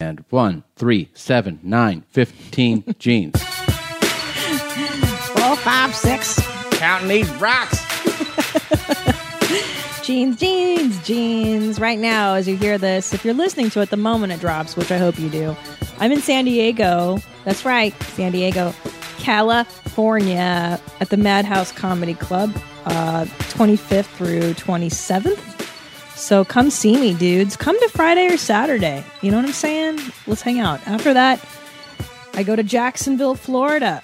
And one, three, seven, nine, fifteen jeans. Four, five, six. Counting these rocks. Jeans, jeans, jeans. Right now, as you hear this, if you're listening to it the moment it drops, which I hope you do, I'm in San Diego. That's right, San Diego, California, at the Madhouse Comedy Club, uh, 25th through 27th. So come see me, dudes. Come to Friday or Saturday. You know what I'm saying? Let's hang out. After that, I go to Jacksonville, Florida,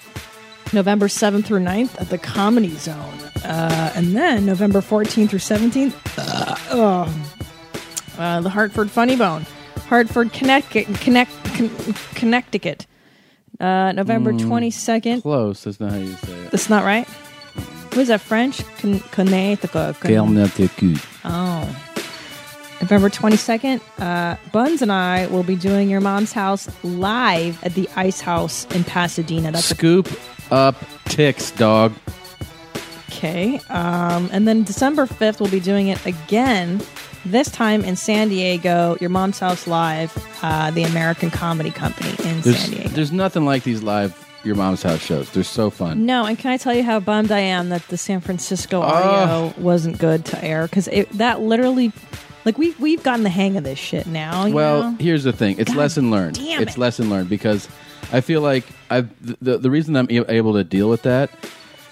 November 7th through 9th at the Comedy Zone. Uh, and then November 14th through 17th, uh, oh, uh, the Hartford Funny Bone, Hartford, Connecticut, connect, con- Connecticut. Uh, November 22nd. Close, that's not how you say it. That's not right. What is that, French? Con- Connecticut. Con- Oh. November 22nd, uh, Buns and I will be doing Your Mom's House live at the Ice House in Pasadena. That's Scoop up ticks, dog. okay. Um, and then December 5th, we'll be doing it again, this time in San Diego, Your Mom's House live, uh, the American Comedy Company in There's, San Diego. there's nothing like these live Your Mom's House shows. They're so fun. No, and can I tell you how bummed I am that the San Francisco audio Ah. wasn't good to air because that literally, like we we've gotten the hang of this shit now. you Well, know? here's the thing. It's God lesson learned. damn it's it. lesson learned because I feel like I've th- the the reason I'm a- able to deal with that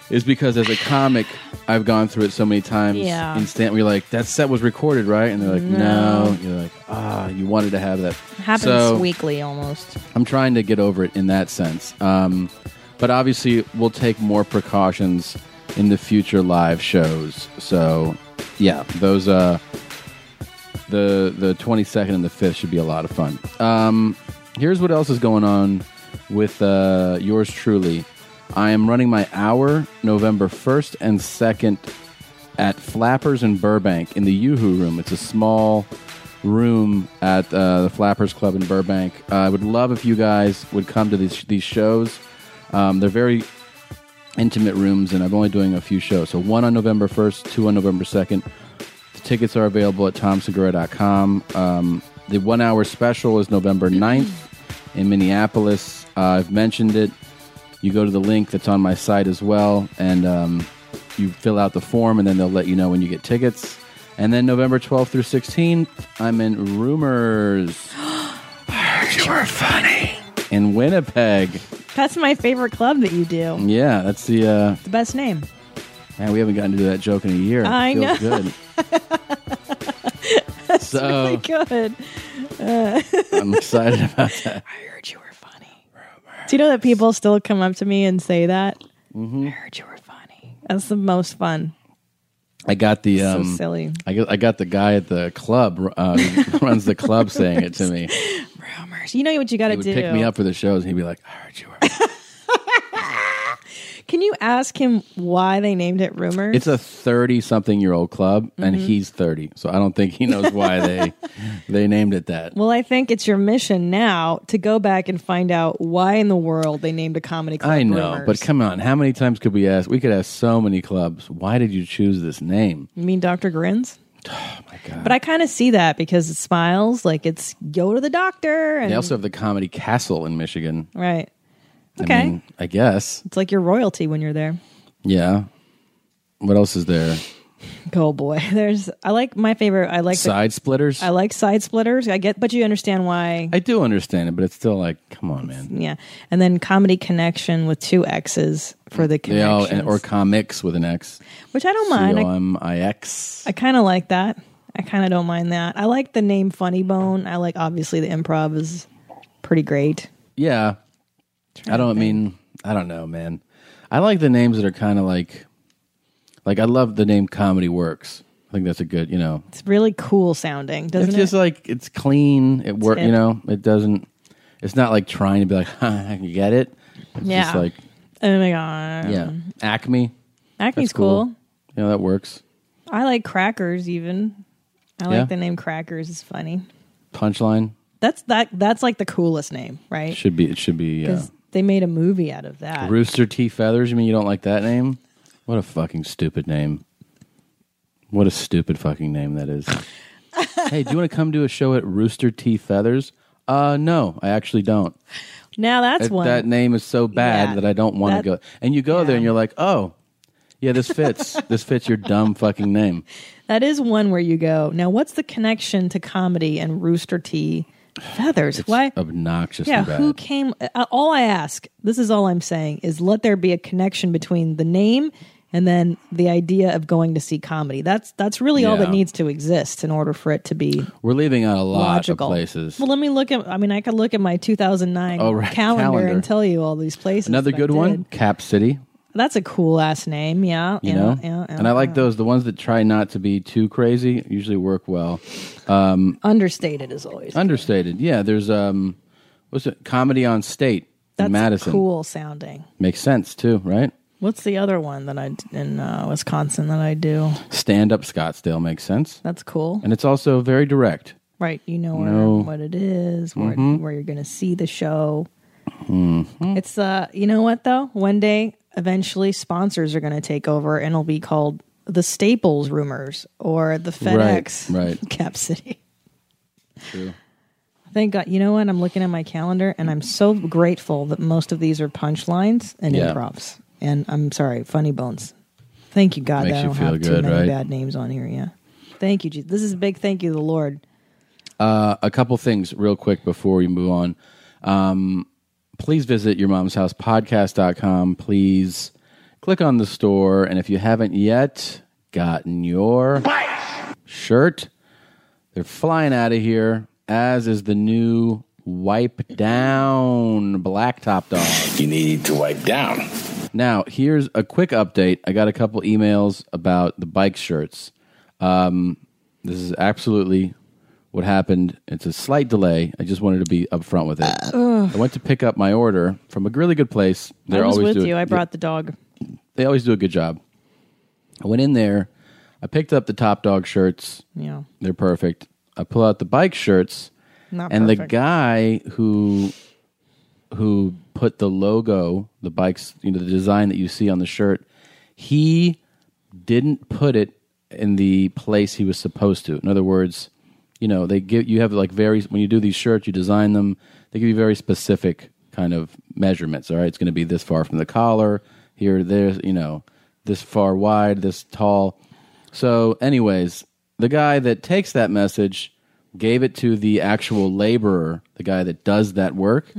is because as a comic, I've gone through it so many times. Yeah. Instant, we're like that set was recorded, right? And they're like, no. No. You're like, ah, you wanted to have that. happens so, weekly almost. I'm trying to get over it in that sense. Um, but obviously, we'll take more precautions in the future live shows. So, yeah, those uh, the the 22nd and the 5th should be a lot of fun. Um, here's what else is going on with uh, yours truly. I am running my hour November 1st and 2nd at Flappers in Burbank in the Yoo-Hoo Room. It's a small room at uh, the Flappers Club in Burbank. Uh, I would love if you guys would come to these these shows. Um, they're very intimate rooms, and I'm only doing a few shows. So one on November 1st, two on November 2nd. The tickets are available at tomsegura.com. Um, the one hour special is November 9th in Minneapolis. Uh, I've mentioned it. You go to the link that's on my site as well, and um, you fill out the form, and then they'll let you know when you get tickets. And then November 12th through 16th, I'm in Rumors. you are funny. In Winnipeg. That's my favorite club that you do. Yeah, that's the. Uh, The best name. Man, we haven't gotten to do that joke in a year. I it feels know. good. Really so good. I'm excited about that. I heard you were funny. Do you know that people still come up to me and say that? Mm-hmm. I heard you were funny. That's the most fun. I got the So um, silly. I got, I got the guy at the club uh, who runs the club saying it to me. He Rumors. You know what you got to would do. pick me up for the shows and he'd be like, "I heard you." Were. Can you ask him why they named it Rumors? It's a thirty-something-year-old club, and Mm-hmm. he's thirty, so I don't think he knows why they they named it that. Well, I think it's your mission now to go back and find out why in the world they named a comedy club. I know, Rumors. but come on, how many times could we ask? We could ask so many clubs. Why did you choose this name? you mean Doctor Grins? Uh. But I kind of see that because it smiles like it's go to the doctor. And, They also have the Comedy Castle in Michigan. right. Okay, I mean, I guess. it's like your royalty when you're there. Yeah. What else is there? Go Oh, boy. There's I like my favorite. I like the, Side splitters? I I, like side splitters. I get, but you understand why. do understand it, but it's still like, come on, man. yeah, and then comedy connection with two X's for the They all, connections, or comics with an X. which I don't C mind. I- O M I X. I kind of like that. I kind of don't mind that. I like the name Funny Bone. I like obviously the improv is pretty great. Yeah. I don't mean, I don't know, man. I like the names that are kind of like, like, I love the name Comedy Works. I think that's a good, you know, It's really cool sounding, doesn't it's just it? like, it's clean. It works, you hip. know, it doesn't, it's not like trying to be like, huh, I can get it. It's just like, oh my god. yeah. Acme. Acme's That's cool. Mm-hmm. cool. You know, that works. I like Crackers even. I like Yeah. the name Crackers. It's funny. Punchline That's that. That's like the coolest name, right? should be. It should be. Uh, 'Cause They made a movie out of that. Rooster T Feathers. You mean you don't like that name? What a fucking stupid name. What a stupid fucking name that is. hey, do you want to come do a show at Rooster T Feathers? Uh, no, I actually don't. Now that's That- one. That name is so bad Yeah. that I don't want to That- go. And you go there and you're like, oh, yeah, this fits. this fits your dumb fucking name. that is one where you go. Now, what's the connection to comedy and Rooster T feathers? Why? Obnoxious. Yeah, and bad. who came? Uh, all I ask, this is all I'm saying, is let there be a connection between the name and then the idea of going to see comedy. That's that's really all that Yeah. needs to exist in order for it to be We're leaving out a lot logical of places. Well, let me look at. I mean, I could look at my 2009 Oh, right, calendar, calendar. and tell you all these places. Another that I good did. one, Cap City. That's a cool ass name. Yeah, You yeah, know, yeah, yeah. and I like those. The ones that try not to be too crazy usually work well. understated as always. Understated. Yeah, there's um, what's it? Comedy on State That's in Madison. cool sounding. Makes sense too, right? What's the other one that I d- in uh, Wisconsin that I do? Stand up Scottsdale makes sense, That's cool. and it's also very direct. Right, you know where, No. what it is, where Mm-hmm. where you're going to see the show. It's uh, you know what though? One day, eventually, sponsors are going to take over, and it'll be called the Staples Rumors or the FedEx right. Cap City. True. Thank God. You know what? I'm looking at my calendar, and I'm so grateful that most of these are punchlines and Yeah. improvs. And I'm sorry, funny bones. Thank you, God, Makes that I you don't feel have too good, many right? bad names on here. Yeah. Thank you, Jesus. This is a big thank you, to the Lord. Uh, a couple things real quick before we move on. Um, please visit your mom's house podcast.com. Please click on the store. And if you haven't yet gotten your shirt, they're flying out of here, as is the new wipe down blacktop dog. You need to wipe down. Now, here's a quick update. I got a couple emails about the bike shirts. Um, this is absolutely what happened. It's a slight delay. I just wanted to be upfront with it. I went to pick up my order from a really good place. They're I was always with do- you. I brought the dog. They always do a good job. I went in there. I picked up the Top Dog shirts. Yeah. They're perfect. I pull out the bike shirts, Not and the perfect. guy who who put the logo, the bikes, you know, the design that you see on the shirt, he didn't put it in the place he was supposed to. In other words, you know, they give you have like very when you do these shirts, you design them, they give you very specific kind of measurements. All right, it's going to be this far from the collar, here, there, you know, this far wide, this tall. So, anyways, the guy that takes that message gave it to the actual laborer, the guy that does that work.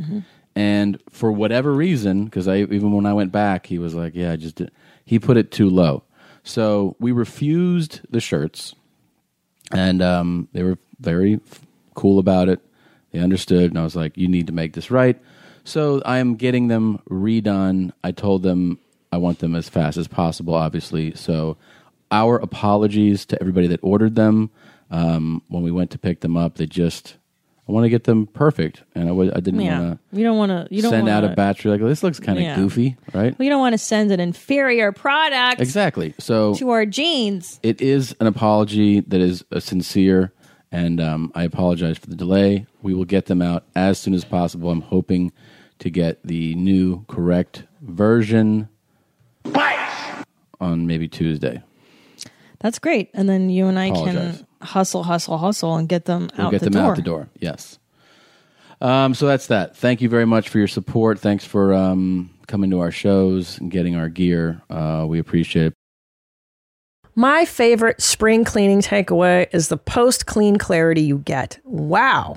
And for whatever reason, because I even when I went back, he was like, "Yeah, I just did." He put it too low, so we refused the shirts, and um, they were very f- cool about it. They understood, and I was like, "You need to make this right." So I am getting them redone. I told them I want them as fast as possible, obviously. So our apologies to everybody that ordered them. Um, when we went to pick them up, they just I want to get them perfect, and I w- I didn't Yeah. want You don't want to. You to don't Mm-hmm. send wanna, out a batch. You're like, this looks kind of Yeah. goofy, right? We don't want to send an inferior product Exactly. So to our jeans. it is an apology that is uh, sincere, and um, I apologize for the delay. We will get them out as soon as possible. I'm hoping to get the new correct version on maybe Tuesday. That's great. And then you and I Apologize. can hustle, hustle, hustle, and get them We'll out get the them door. out the door. Yes. Um, so that's that. Thank you very much for your support. Thanks for um, coming to our shows and getting our gear. Uh, we appreciate it. My favorite spring cleaning takeaway is the post clean clarity you get. Wow.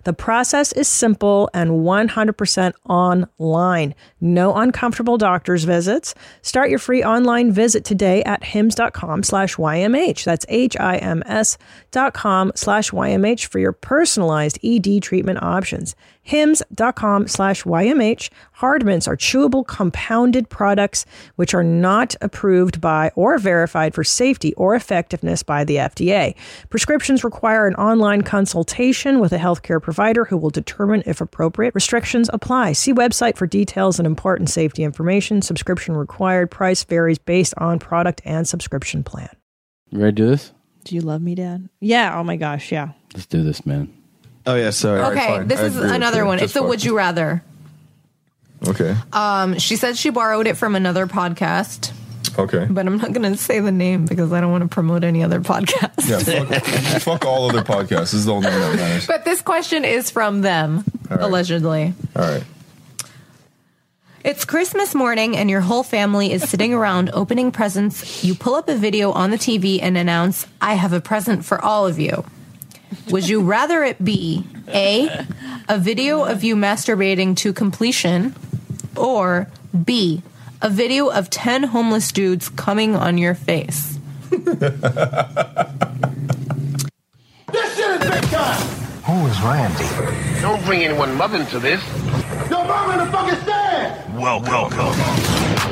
The process is simple and 100% online. No uncomfortable doctor's visits. Start your free online visit today at hims.com slash YMH. That's H-I-M-S dot com slash YMH for your personalized E ED treatment options. Hims.com slash YMH. Hard mints are chewable compounded products which are not approved by or verified for safety or effectiveness by the FDA. Prescriptions require an online consultation with a healthcare provider who will determine if appropriate. Restrictions apply. See website for details and important safety information. Subscription required. Price varies based on product and subscription plan. You ready to do this? Do you love me, Dad? Yeah. Oh my gosh. Yeah. Let's do this, man. Oh yeah, sorry. All right, Okay, fine. this I is agree with another you. one. Just It's a fine. would you rather. Okay. Um, she said she borrowed it from another podcast, okay. but I'm not going to say the name because I don't want to promote any other podcast. Yeah. Fuck, fuck all other podcasts. This is the only one that matters. But this question is from them, right. allegedly. All right. It's Christmas morning, and your whole family is sitting around opening presents. You pull up a video on the TV and announce, I have a present for all of you. Would you rather it be A, a video of you masturbating to completion, or B, a video of 10 homeless dudes coming on your face? This shit is big time. Who is Randy? Don't bring anyone mother into this. Yo, mom in the fucking stand. Welcome.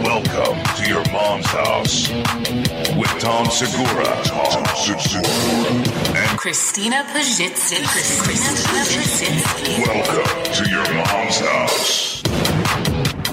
Welcome to your mom's house with Tom Segura. Tom Segura. And Christina Pajitsky. Christina Pajitsky. welcome to your mom's house.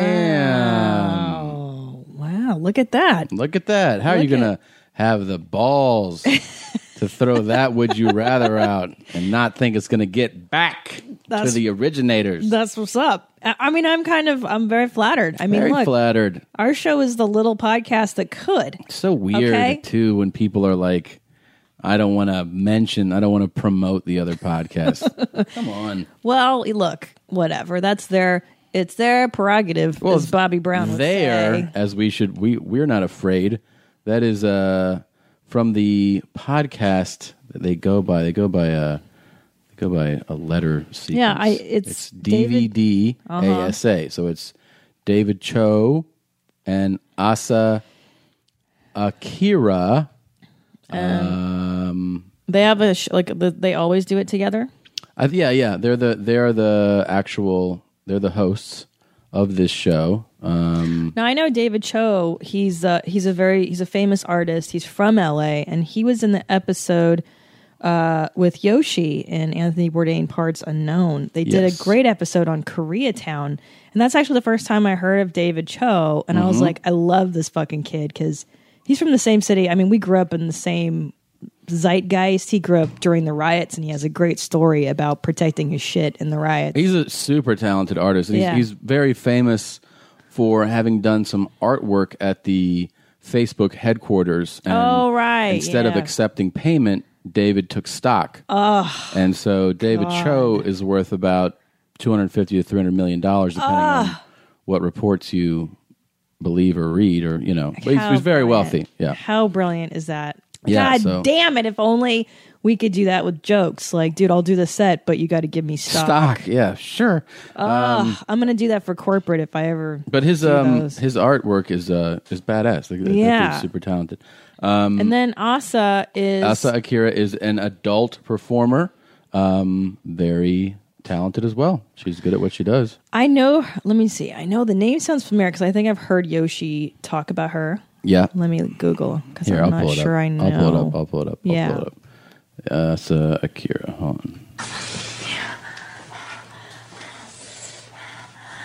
Damn. Wow. Look at that. Look at that. How are you Look at- going to have the balls to throw that would you rather out and not think it's going to get back That's- to the originators? That's what's up. I I mean, I'm kind of, I'm very flattered. I mean, Very look, flattered. our show is the little podcast that could. It's so weird Okay. too when people are like I don't want to mention, I don't want to promote the other podcast. Come on. Well, e, look, whatever. That's their, it's their prerogative, as Bobby Brown would there say. as we should we we're not afraid. That is uh from the podcast that they go by. They go by a they go by a letter sequence. Yeah, I- it's David- Uh-huh. DVD ASA. So it's David Cho and Asa Akira. um They have a, sh- like, the, they always do it together. I, yeah, yeah. They're the they're the actual they're the hosts of this show. Um, Now I know David Cho. He's uh, he's a very he's a famous artist. He's from LA, and he was in the episode uh, with Yoshi and Anthony Bourdain. Parts unknown. They did Yes. a great episode on Koreatown, and that's actually the first time I heard of David Cho. And I Mm-hmm. was like, I love this fucking kid because he's from the same city. I mean, we grew up in the same zeitgeist. He grew up during the riots, and he has a great story about protecting his shit in the riots. he's a super talented artist. and He's, Yeah. he's very famous for having done some artwork at the Facebook headquarters. And Oh, right, Instead of yeah. accepting payment, David took stock. and so David Cho is worth about 250 to 300 million dollars, depending on what reports you believe or read, or, you know, but he's, How he's very brilliant. wealthy. Yeah. How brilliant is that? Yeah, God so- damn it! If only we could do that with jokes. Like, dude, I'll do the set, but you got to give me stock. Stock. Yeah, sure. Ugh, I'm gonna do that for corporate if I ever. But his do um those. his artwork is uh is badass. Like, that- that Yeah. dude's super talented. and then Asa is Asa Akira is an adult performer, um, very talented as well. She's good at what she does. I know. Let me see. I know the name sounds familiar because I think I've heard Yoshi talk about her. Yeah. Let me Google because Here, I'm I'll not pull it sure up. I know. I'll pull it up. I'll pull it up. I'll Yeah. pull it up. Asa Akira. Hold on.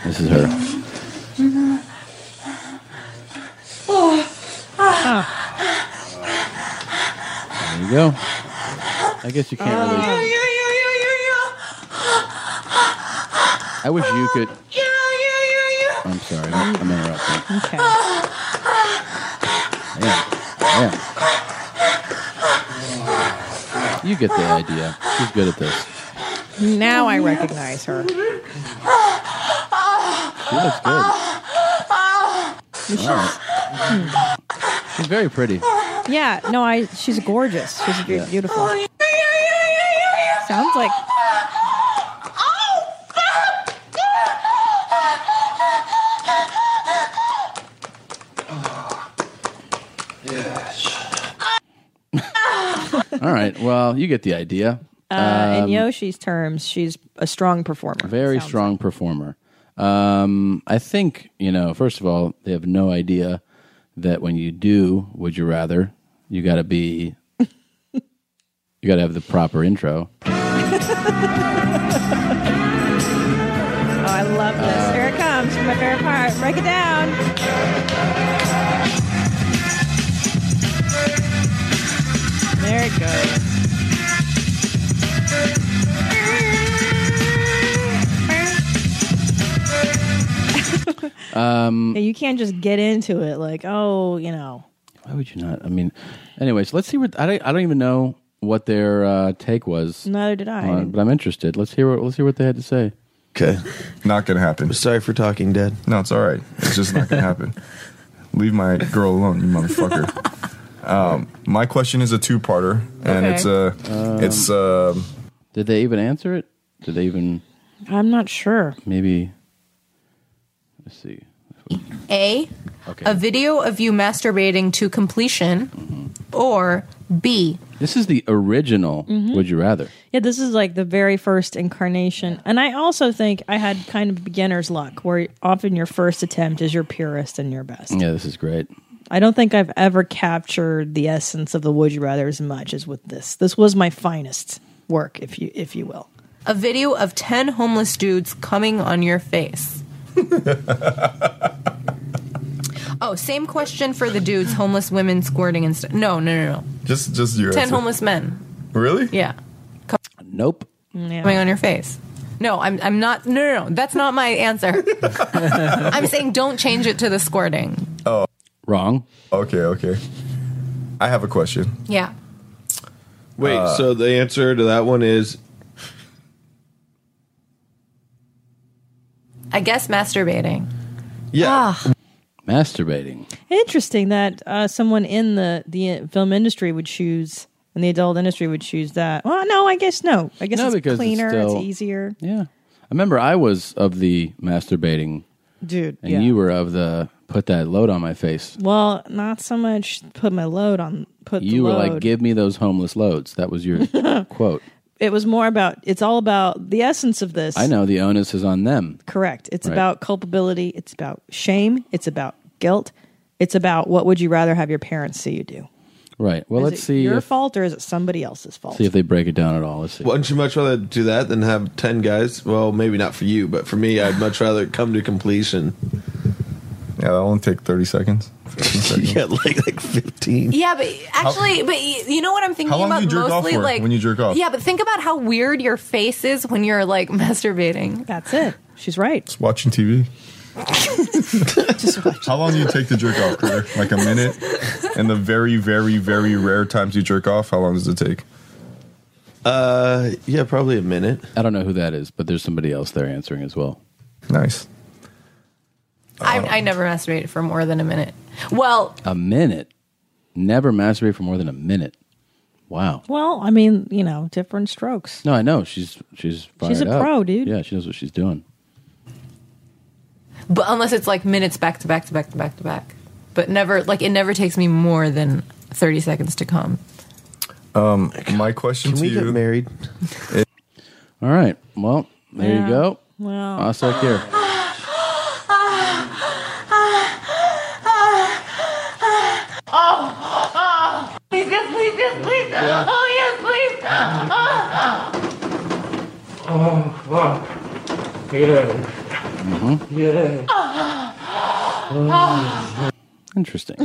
This is her. There you go. I guess you can't really. I wish you could. I'm sorry. I'm, I'm interrupting. Okay. Yeah. Yeah. You get the idea. She's good at this. Now I recognize her. She looks good. Wow. She's very pretty. Yeah. No, I. She's gorgeous. She's be- beautiful. Sounds like. All right. Well, you get the idea. Uh, in Yoshi's terms, she's a strong performer. Um, Very sounds strong performer. Um, I think, you know, first of all, they have no idea that when you do Would You Rather, you got to be, you got to have the proper intro. Oh, I love this. Uh, Here it comes. My favorite part. Break it down. There it goes. Um, Yeah, you can't just get into it like, oh, you know. Why would you not? I mean, anyways, let's see what, I don't, I don't even know what their uh, take was, Neither did I. on it, but I'm interested. Let's hear what, let's hear what they had to say. Okay. Not gonna happen. Sorry for talking, Dad. No, it's all right. It's just not gonna happen. Leave my girl alone, you motherfucker. Um, my question is a two-parter, and Okay. it's a, it's um, Did they even answer it? Did they even I'm not sure. maybe? Let's see. A. Okay. A video of you masturbating to completion, or B. This is the original. Mm-hmm. Would you rather? Yeah, this is like the very first incarnation. And I also think I had kind of beginner's luck where often your first attempt is your purest and your best. Yeah, this is great. I don't think I've ever captured the essence of the would you rather as much as with this. This was my finest work, if you if you will. A video of 10 homeless dudes coming on your face. oh, same question for the dudes, homeless women squirting and stuff. No, no, no, no. just just your 10 answer. homeless men. Really? Yeah. Nope. Coming on your face. No, I'm, I'm not. No, no, no. That's not my answer. I'm saying don't change it to the squirting. Wrong. Okay, okay. I have a question. Yeah. Wait, so the answer to that one is I guess masturbating. yeah. Masturbating. Interesting that uh, someone in the the film industry would choose in the adult industry would choose that. Well, no, I guess no. I guess No, it's because it's cleaner, it's, still- easier. Yeah. I remember I was of the masturbating, Dude, and yeah. you were of the put that load on my face. well, not so much put my load on put the You were like, load. "Give me those homeless loads." That was your quote. it was more about it's all about the essence of this. I know the onus is on them. Correct. It's Right. about culpability. It's about shame. It's about guilt. It's about what would you rather have your parents see you do? Right. Well, is let's it see. your If, fault or is it somebody else's fault? see if they break it down at all. Let's see. Wouldn't you much rather do that than have ten guys? Well, maybe not for you, but for me, I'd much rather come to completion. Yeah, that'll only take 30 seconds. 15 seconds. Yeah, like like fifteen. Yeah, but actually, but y- you know what I'm thinking How long do about you jerk off mostly for like when you jerk off? Yeah, but think about how weird your face is when you're like masturbating. That's it. She's right. Watching TV? How long do you take to jerk off, Critter? Like a minute? And the very, very, very rare times you jerk off, how long does it take? Uh, yeah, probably a minute. I don't know who that is, but there's somebody else there answering as well. Nice. I, I never masturbated for more than a minute. Well, A minute. Never masturbate for more than a minute. Wow. Well, I mean, you know, different strokes. No, I know she's she's fired She's a up. pro, dude. Yeah, she knows what she's doing. but unless it's like minutes back to back to back to back to back, but never like it never takes me more than thirty seconds to come. Um, my question Can to we you: get married? All right. Well, there Yeah. you go. Well. I'll suck here. Oh, please, yes, please, yes, please. Oh, yes, please. Oh, fuck. Yeah. Yeah. Interesting.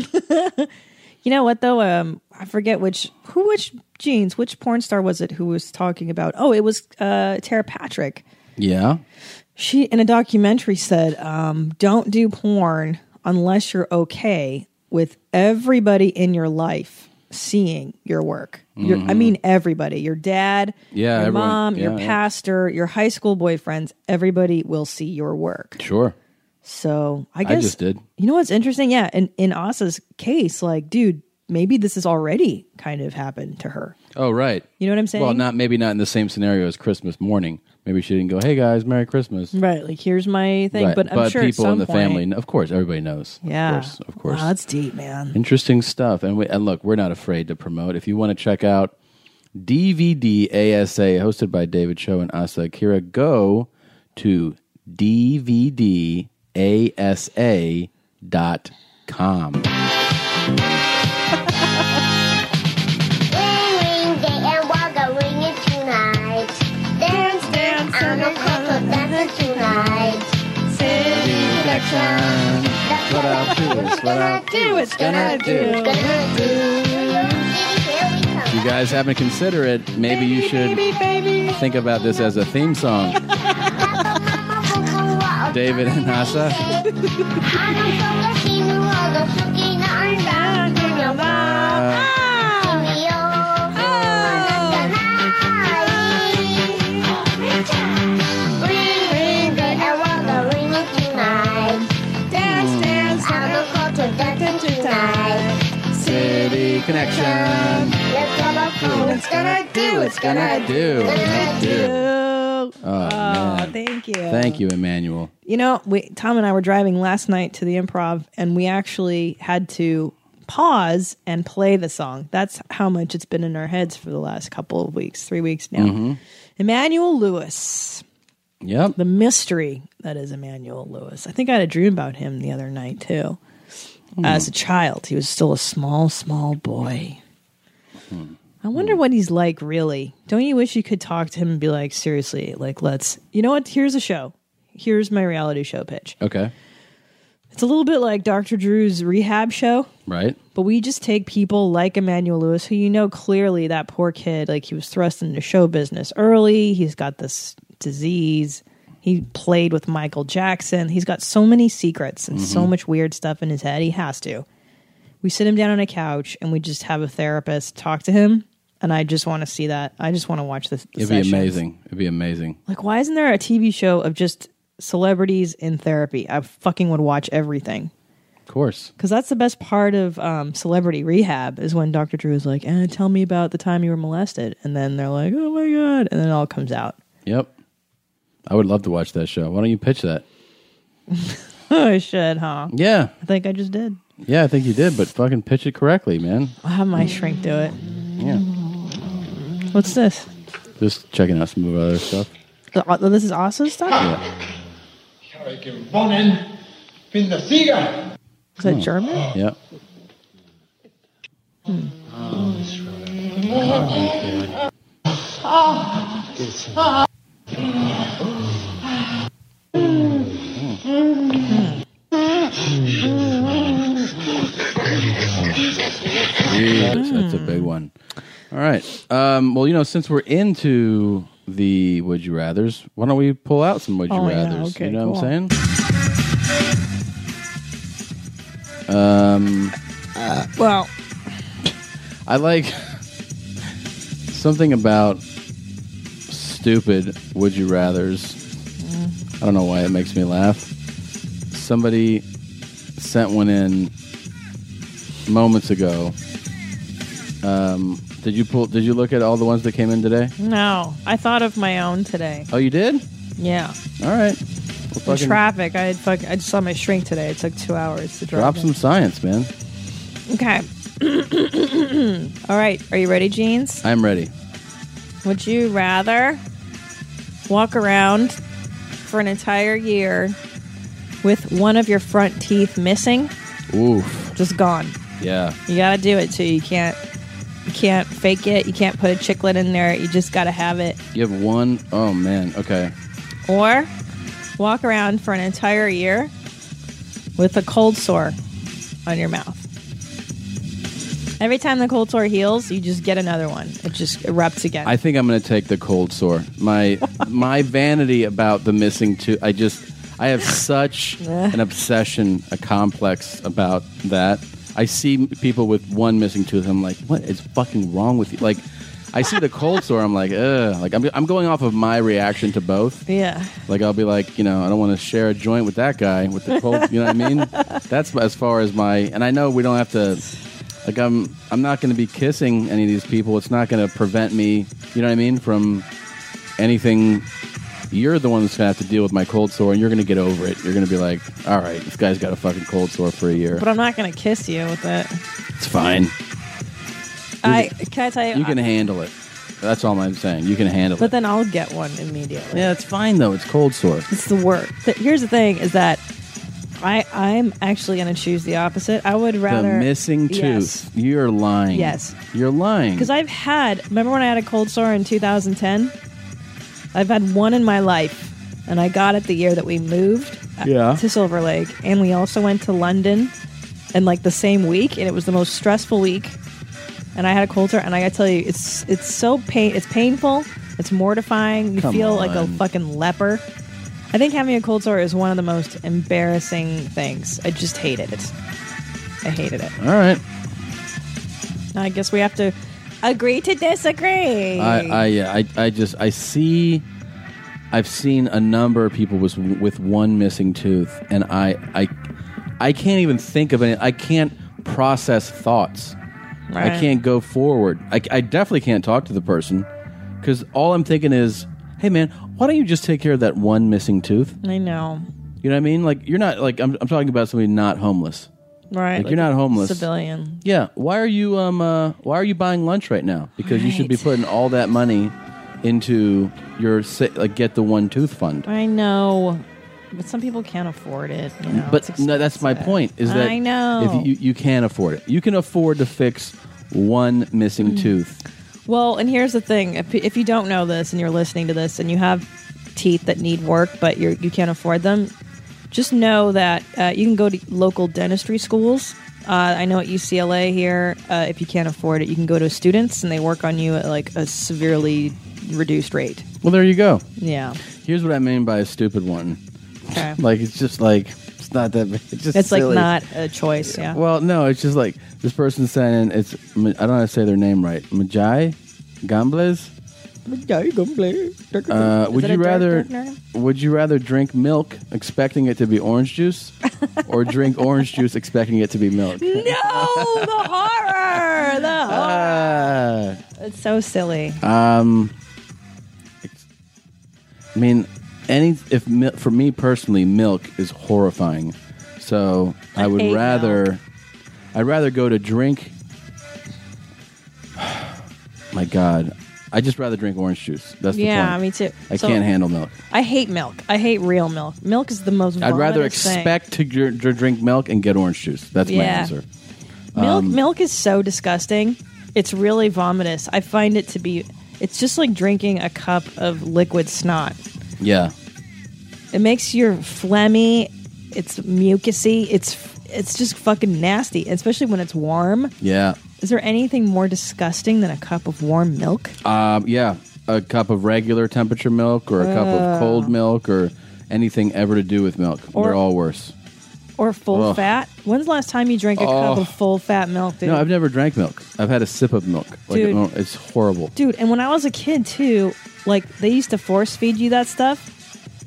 You know what though? Um, I forget which who which jeans which porn star was it who was talking about? Oh, it was uh, Tara Patrick. Yeah. She in a documentary said, um, "Don't do porn unless you're okay with everybody in your life seeing your work. Your, I Mhm. mean, everybody. Your dad, Yeah, your everyone. mom, your Yeah, yeah. pastor, your high school boyfriends. Everybody will see your work. Sure. So I I guess just did. You know what's interesting? Yeah, in in Asa's case, like, dude, maybe this has already kind of happened to her. Oh, right. You know what I'm saying? Well, not maybe not in the same scenario as Christmas morning. Maybe she didn't go, "Hey guys, Merry Christmas." right. Like, here's my thing, Right, but I'm sure people at some in the point, family, kn- of course, everybody knows. Yeah, of course, of course. Wow, that's deep, man. Interesting stuff. And, we, and look, we're not afraid to promote. If you want to check out DVD ASA, hosted by David Cho and Asa Akira, go to DVDASA.com. Ring day and Wagga ring it tonight. Dance, dance on the clock dance tonight. Sing the chime. That's what I do. It's what I do. It's gonna do. Gonna do. If you guys haven't considered it, maybe you should baby. think about this as a theme song. David and Asa. City Connection. It's gonna do, it's gonna do. Gonna do. Oh, man. thank you. Thank you, Emmanuel. You know, we Tom and I were driving last night to the improv, and we actually had to pause and play the song. That's how much it's been in our heads for the last couple of weeks, three weeks now. Mhm. Emmanuel Lewis. Yep. The mystery that is Emmanuel Lewis. I think I had a dream about him the other night too. As a child, he was still a small, small boy. I wonder what he's like really. Don't you wish you could talk to him and be like, seriously, like let's you know what? Here's a show. Here's my reality show pitch. Okay. It's a little bit like Dr. Drew's rehab show. Right. But we just take people like Emmanuel Lewis, who you know clearly that poor kid, like he was thrust into show business early. He's got this disease. He played with Michael Jackson. He's got so many secrets and so Mm-hmm. Mhm. much weird stuff in his head. He has to. We sit him down on a couch and we just have a therapist talk to him. And I just want to see that. I just want to watch this. the It'd be sessions. amazing. It'd be amazing. Like, why isn't there a TV show of just celebrities in therapy? I fucking would watch everything. Of course. Because that's the best part of um, celebrity rehab is when Dr. Drew is like, eh, tell me about the time you were molested. And then they're like, oh my God. And then it all comes out. Yep. I would love to watch that show. Why don't you pitch that? oh, I should, huh? Yeah. I think I just did. Yeah, I think you did, but fucking pitch it correctly, man. I'll have my shrink do it. Yeah. What's this? Just checking out some of other stuff. The- uh, this is awesome stuff? Bonnen bin der Sieger. Is Hmm. that German? Yeah. That's, that's a big one. All right. Um, well, you know, since we're into the would you rather's, why don't we pull out some would you Oh, yeah, rather's? okay, you know what I'm saying? Um, well, I like something about stupid would you rather's. I don't know why it makes me laugh. Somebody sent one in moments ago. Um, did you pull? Did you look at all the ones that came in today? Mm-hmm. no, I thought of my own today. Oh, you did. Yeah. All right. The Well, fucking traffic. I had fuck. I just saw my shrink today. It took two hours to drive. drop some science, man. Okay. All right. Are you ready, Jeans? I'm ready. Would you rather walk around for an entire year with one of your front teeth missing, Oof. just gone? Yeah. You gotta do it too. You can't. You can't fake it. You can't put a chiclet in there. You just gotta have it. You have one oh man. Okay. Or walk around for an entire year with a cold sore on your mouth. Every time the cold sore heals, you just get another one. It just erupts again. I think I'm going to take the cold sore. My my vanity about the missing tooth. I just I have such an obsession, a complex about that. I see people with one missing tooth. I'm like, what is fucking wrong with you? Like, I see the cold sore. I'm like, ugh. Like I'm I'm going off of my reaction to both. yeah. Like I'll be like, you know, I don't want to share a joint with that guy with the cold. you know what I mean? That's as far as my. And I know we don't have to. Like I'm, I'm not going to be kissing any of these people. It's not going to prevent me. You know what I mean? From anything. You're the one that's going to have to deal with my cold sore, and you're going to get over it. You're going to be like, all right, this guy's got a fucking cold sore for a year. But I'm not going to kiss you with it. It's fine. I can I tell you, You can handle it. That's all I'm saying. You can handle but it. then I'll get one immediately. Yeah, it's fine though. It's cold sore. It's the worst. Th- Here's the thing: is that I I'm actually going to choose the opposite. I would rather the missing tooth. Yes. You're lying. Yes. You're lying. Because I've had, remember when I had a cold sore in 2010? I've had one in my life, and I got it the year that we moved uh, Yeah. to Silver Lake, and we also went to London, and like the same week, and it was the most stressful week. And I had a cold sore, and I gotta tell you, it's it's so pain, it's painful, it's mortifying. You Come feel like a on. fucking leper. I think having a cold sore is one of the most embarrassing things. I just hated it. I hated it. All right. I guess we have to agree to disagree. I, I, yeah, I, I just, I see, I've seen a number of people with, with one missing tooth, and I, I, I can't even think of any, I can't process thoughts. I Right. can't go forward. I, I definitely can't talk to the person because all I'm thinking is, hey man, why don't you just take care of that one missing tooth? I know. You know what I mean? Like, you're not, like, I'm, I'm talking about somebody not homeless. Right. Like, you're not a homeless. Civilian. Yeah. Why are you um uh, why are you buying lunch right now? Because you should be putting all that money into your sa- like get the one tooth fund. I know. But some people can't afford it. You know, it's but no, that's my expensive. point. Is that I know. if you you can afford it, you can afford to fix one missing Mm. tooth. Well, and here's the thing: if, if you don't know this and you're listening to this and you have teeth that need work but you you can't afford them, just know that uh, you can go to local dentistry schools. Uh, I know at UCLA here, uh, if you can't afford it, you can go to students and they work on you at like a severely reduced rate. Well, there you go. Yeah, Here's what I mean by a stupid one. Okay. like it's just like it's not that. It's just it's like silly. not a choice. Yeah. Well, no, it's just like this person saying it's. I don't know how to say their name right. Majai Gambles. Yeah, you gonna play. Uh, Is would it a you dark rather dark would you rather drink milk expecting it to be orange juice or drink orange juice expecting it to be milk? No, the horror. The Ah. horror. It's so silly. um it's- I mean any if mil- for me personally milk is horrifying. So I, would hate rather I'd rather go to drink My god. I just rather drink orange juice. That's the yeah, point. me too. I So, can't handle milk. I hate milk. I hate real milk. Milk is the most. I'd rather vomitous thing. expect to, dr- to drink milk and get orange juice. That's my Yeah. answer. milk. Um, milk is so disgusting. It's really vomitous. I find it to be. It's just like drinking a cup of liquid snot. Yeah. It makes your phlegmy. It's mucusy. It's it's just fucking nasty, especially when it's warm. Yeah. Is there anything more disgusting than a cup of warm milk? Um, yeah. A cup of regular temperature milk or a cup Ugh. of cold milk or anything ever to do with milk. Ah. Or- We're all worse. Or full Ugh. fat. When's the last time you drank a cup Oh. of full fat milk, dude? No, I've never drank milk. I've had a sip of milk. Like, Dude. oh, it's horrible. Dude, and when I was a kid too, like they used to force feed you that stuff.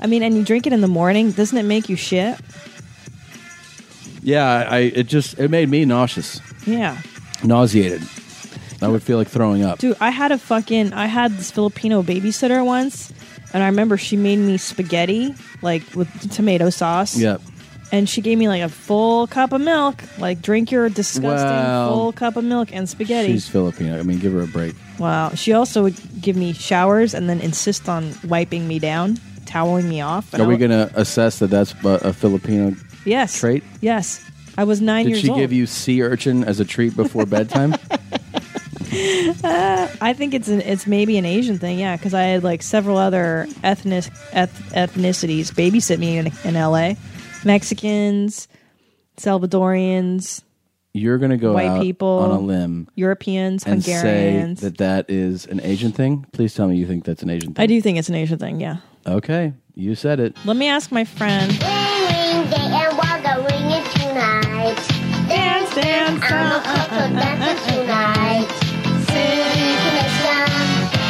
I mean, and you drink it in the morning, doesn't it make you shit? Yeah, I, I it just it made me nauseous, Yeah. nauseated. I would feel like throwing up. Dude, I had a fucking I had this Filipino babysitter once, and I remember she made me spaghetti like with tomato sauce. Yeah. And she gave me like a full cup of milk. Like drink your disgusting Well, full cup of milk and spaghetti. She's Filipino. I mean, give her a break. Wow. She also would give me showers and then insist on wiping me down, toweling me off. And Are I we wa- going to assess that that's a a Filipino Yes. trait? Yes. I was nine Did years she old. give you sea urchin as a treat before bedtime? Uh, I think it's an, it's maybe an Asian thing, yeah, because I had like several other ethnic eth- ethnicities babysit me in, in L.A. Mexicans, Salvadorians, You're going to go White out people. on a limb Europeans, and say Hungarians. that that is an Asian thing. Please tell me you think that's an Asian thing. I do think it's an Asian thing, yeah. Okay, you said it. Let me ask my friend. Ring day and we're going in tonight. Dance, dance, I'm a couple dancer tonight. City connection.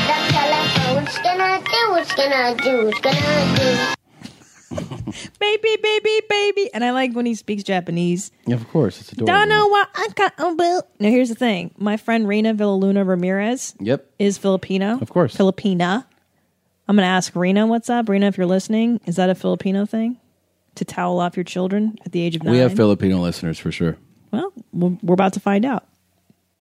The telephone. What you gonna do? What you gonna do? What you gonna do? Baby, baby, baby, and I like when he speaks Japanese. Yeah, of course, it's adorable. Don't know why I got a bill. Now here's the thing: my friend Rena Villaluna Ramirez Yep. is Filipino, of course, Filipina. I'm gonna ask Rena what's up. Rena, if you're listening, is that a Filipino thing to towel off your children at the age of nine? We have Filipino listeners for sure. Well, we're we're about to find out.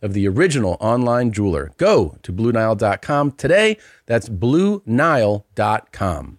of the original online jeweler. Go to BlueNile.com today. That's BlueNile.com.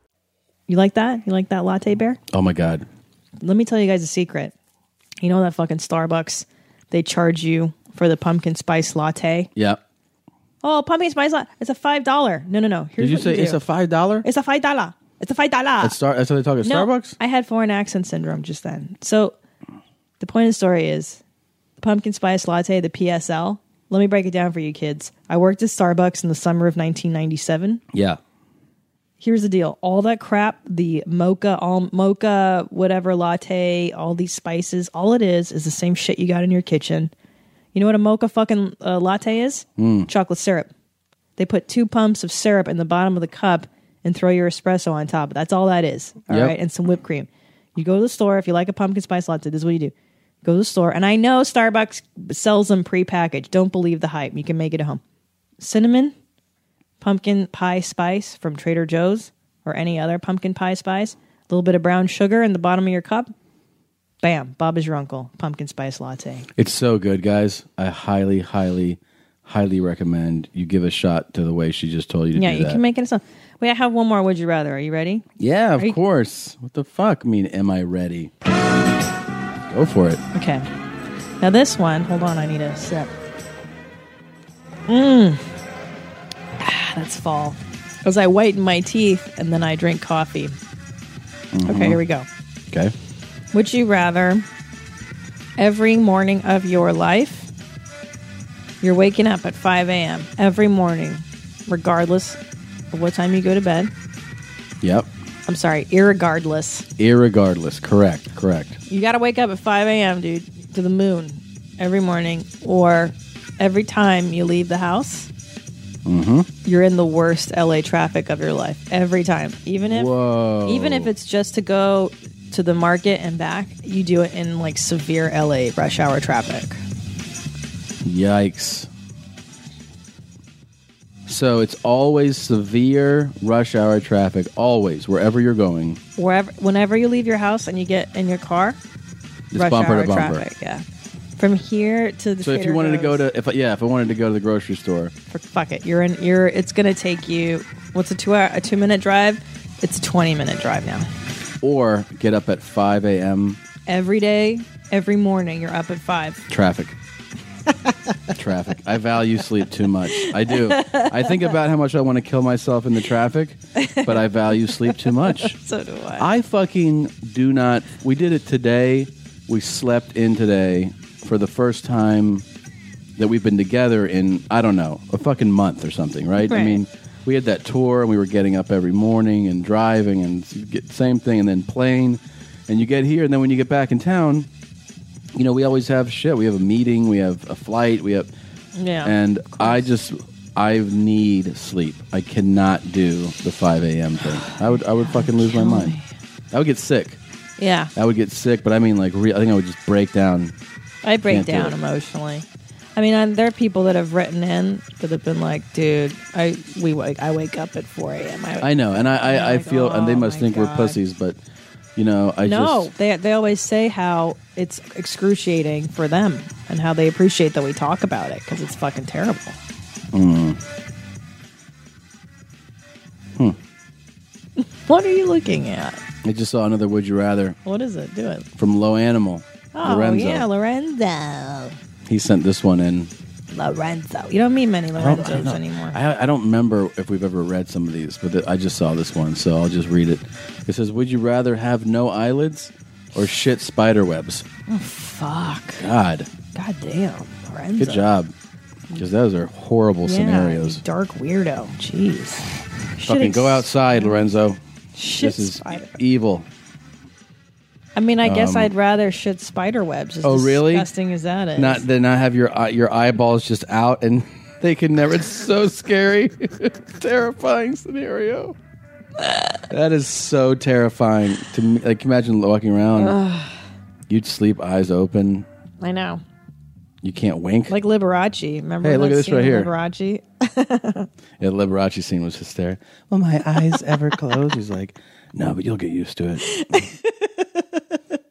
You like that? You like that latte bear? Oh my god. Let me tell you guys a secret. You know that fucking Starbucks? They charge you for the pumpkin spice latte. Yeah. Oh, pumpkin spice latte. It's a five dollar. No, no, no. Did Here's you what say do. it's a five dollar? It's a five dollar. It's a five dollar. At Star- that's how they talk at No, Starbucks. I had foreign accent syndrome just then. So the point of the story is the pumpkin spice latte, the PSL. Let me break it down for you kids. I worked at Starbucks in the summer of 1997. Yeah. Here's the deal. All that crap, the mocha, all mocha, whatever latte, all these spices, all it is is the same shit you got in your kitchen. You know what a mocha fucking uh, latte is? Mm. Chocolate syrup. They put two pumps of syrup in the bottom of the cup and throw your espresso on top. That's all that is. All right, Yep. And some whipped cream. You go to the store if you like a pumpkin spice latte. This is what you do. Go to the store, and I know Starbucks sells them prepackaged. Don't believe the hype. You can make it at home. Cinnamon, pumpkin pie spice from Trader Joe's or any other pumpkin pie spice. A little bit of brown sugar in the bottom of your cup. Bam, Bob is your uncle. Pumpkin spice latte. It's so good, guys. I highly, highly, highly recommend you give a shot to the way she just told you to yeah, do you that. can make it a song. Wait, I have one more. Would you rather? Are you ready? yeah, of Are you- course. What the fuck? I mean, am I ready? Go for it. Okay. Now this one, hold on, I need a sip. Mmm. Ah, that's fall. Because I whiten my teeth and then I drink coffee. Uh-huh. Okay, here we go. Okay. Would you rather every morning of your life, you're waking up at 5 a.m. every morning, regardless of what time you go to bed? Yep. I'm sorry, irregardless. Irregardless. Correct. Correct. You got to wake up at 5 a.m., dude, to the moon every morning, or every time you leave the house, Mm-hmm. you're in the worst LA traffic of your life. Every time, even if Whoa. even if it's just to go to the market and back, you do it in like severe LA rush hour traffic. Yikes. So it's always severe rush hour traffic, always, wherever you're going. Wherever, whenever you leave your house and you get in your car, It's bumper to bumper. traffic. Yeah, from here to the. so if you theater wanted goes- to go to, if I- yeah, if I wanted to go to the grocery store, for- fuck it. You're in. You're. It's gonna take you. What's a two hour? A two minute drive. It's a twenty minute drive now. or get up at 5 a.m. Every day, every morning, you're up at five. Traffic. traffic. I value sleep too much. I do. I think about how much I want to kill myself in the traffic, but I value sleep too much. So do I. I fucking do not. We did it today. We slept in today for the first time that we've been together in, I don't know, a fucking month or something, right? I Right. mean, we had that tour and we were getting up every morning and driving and s- get same thing and then plane. And you get here and then when you get back in town, you know, we always have shit. We have a meeting, we have a flight, we have. Yeah. And I just. I need sleep. I cannot do the five a.m. thing. I would, I would fucking lose my mind. I would get sick. Yeah, I would get sick, but I mean, like, re- I think I would just break down. I break Can't do down it. emotionally. I mean, i there are people that have written in that have been like, "Dude, I we wake I wake up at four a.m. I know, and I, I, I like, feel, and they "Oh must my think we're God." pussies, but you know, I no, just they they always say how it's excruciating for them and how they appreciate that we talk about it because it's fucking terrible. Mm. Hmm. What are you looking at? I just saw another "Would You Rather" What is it? Do it. from Low Animal. Oh Lorenzo. yeah, Lorenzo. He sent this one in. Lorenzo. You don't meet many I don't- I Lorenzos don't- anymore. I, I don't remember if we've ever read some of these, but th- I just saw this one, so I'll just read it. It says, "Would you rather have no eyelids or shit spider webs?" Oh, fuck. God, God damn. Lorenzo. good job, because those are horrible Yeah, scenarios. you Dark weirdo. Jeez. Fucking go outside, Lorenzo. Shit this is spider. evil. I mean, I guess Um, I'd rather shit spider webs. As oh, really? Disgusting as that is. Not then not have your eye- your eyeballs just out and they can never. It's so scary, terrifying scenario. that is so terrifying to me. Like imagine walking around, Ugh. you'd sleep eyes open, I know. you can't wink. Like Liberace. Remember? Hey, that look at this scene right in here. Liberace. Yeah, the Liberace scene was hysterical. Will my eyes ever close? He's like, no, but you'll get used to it.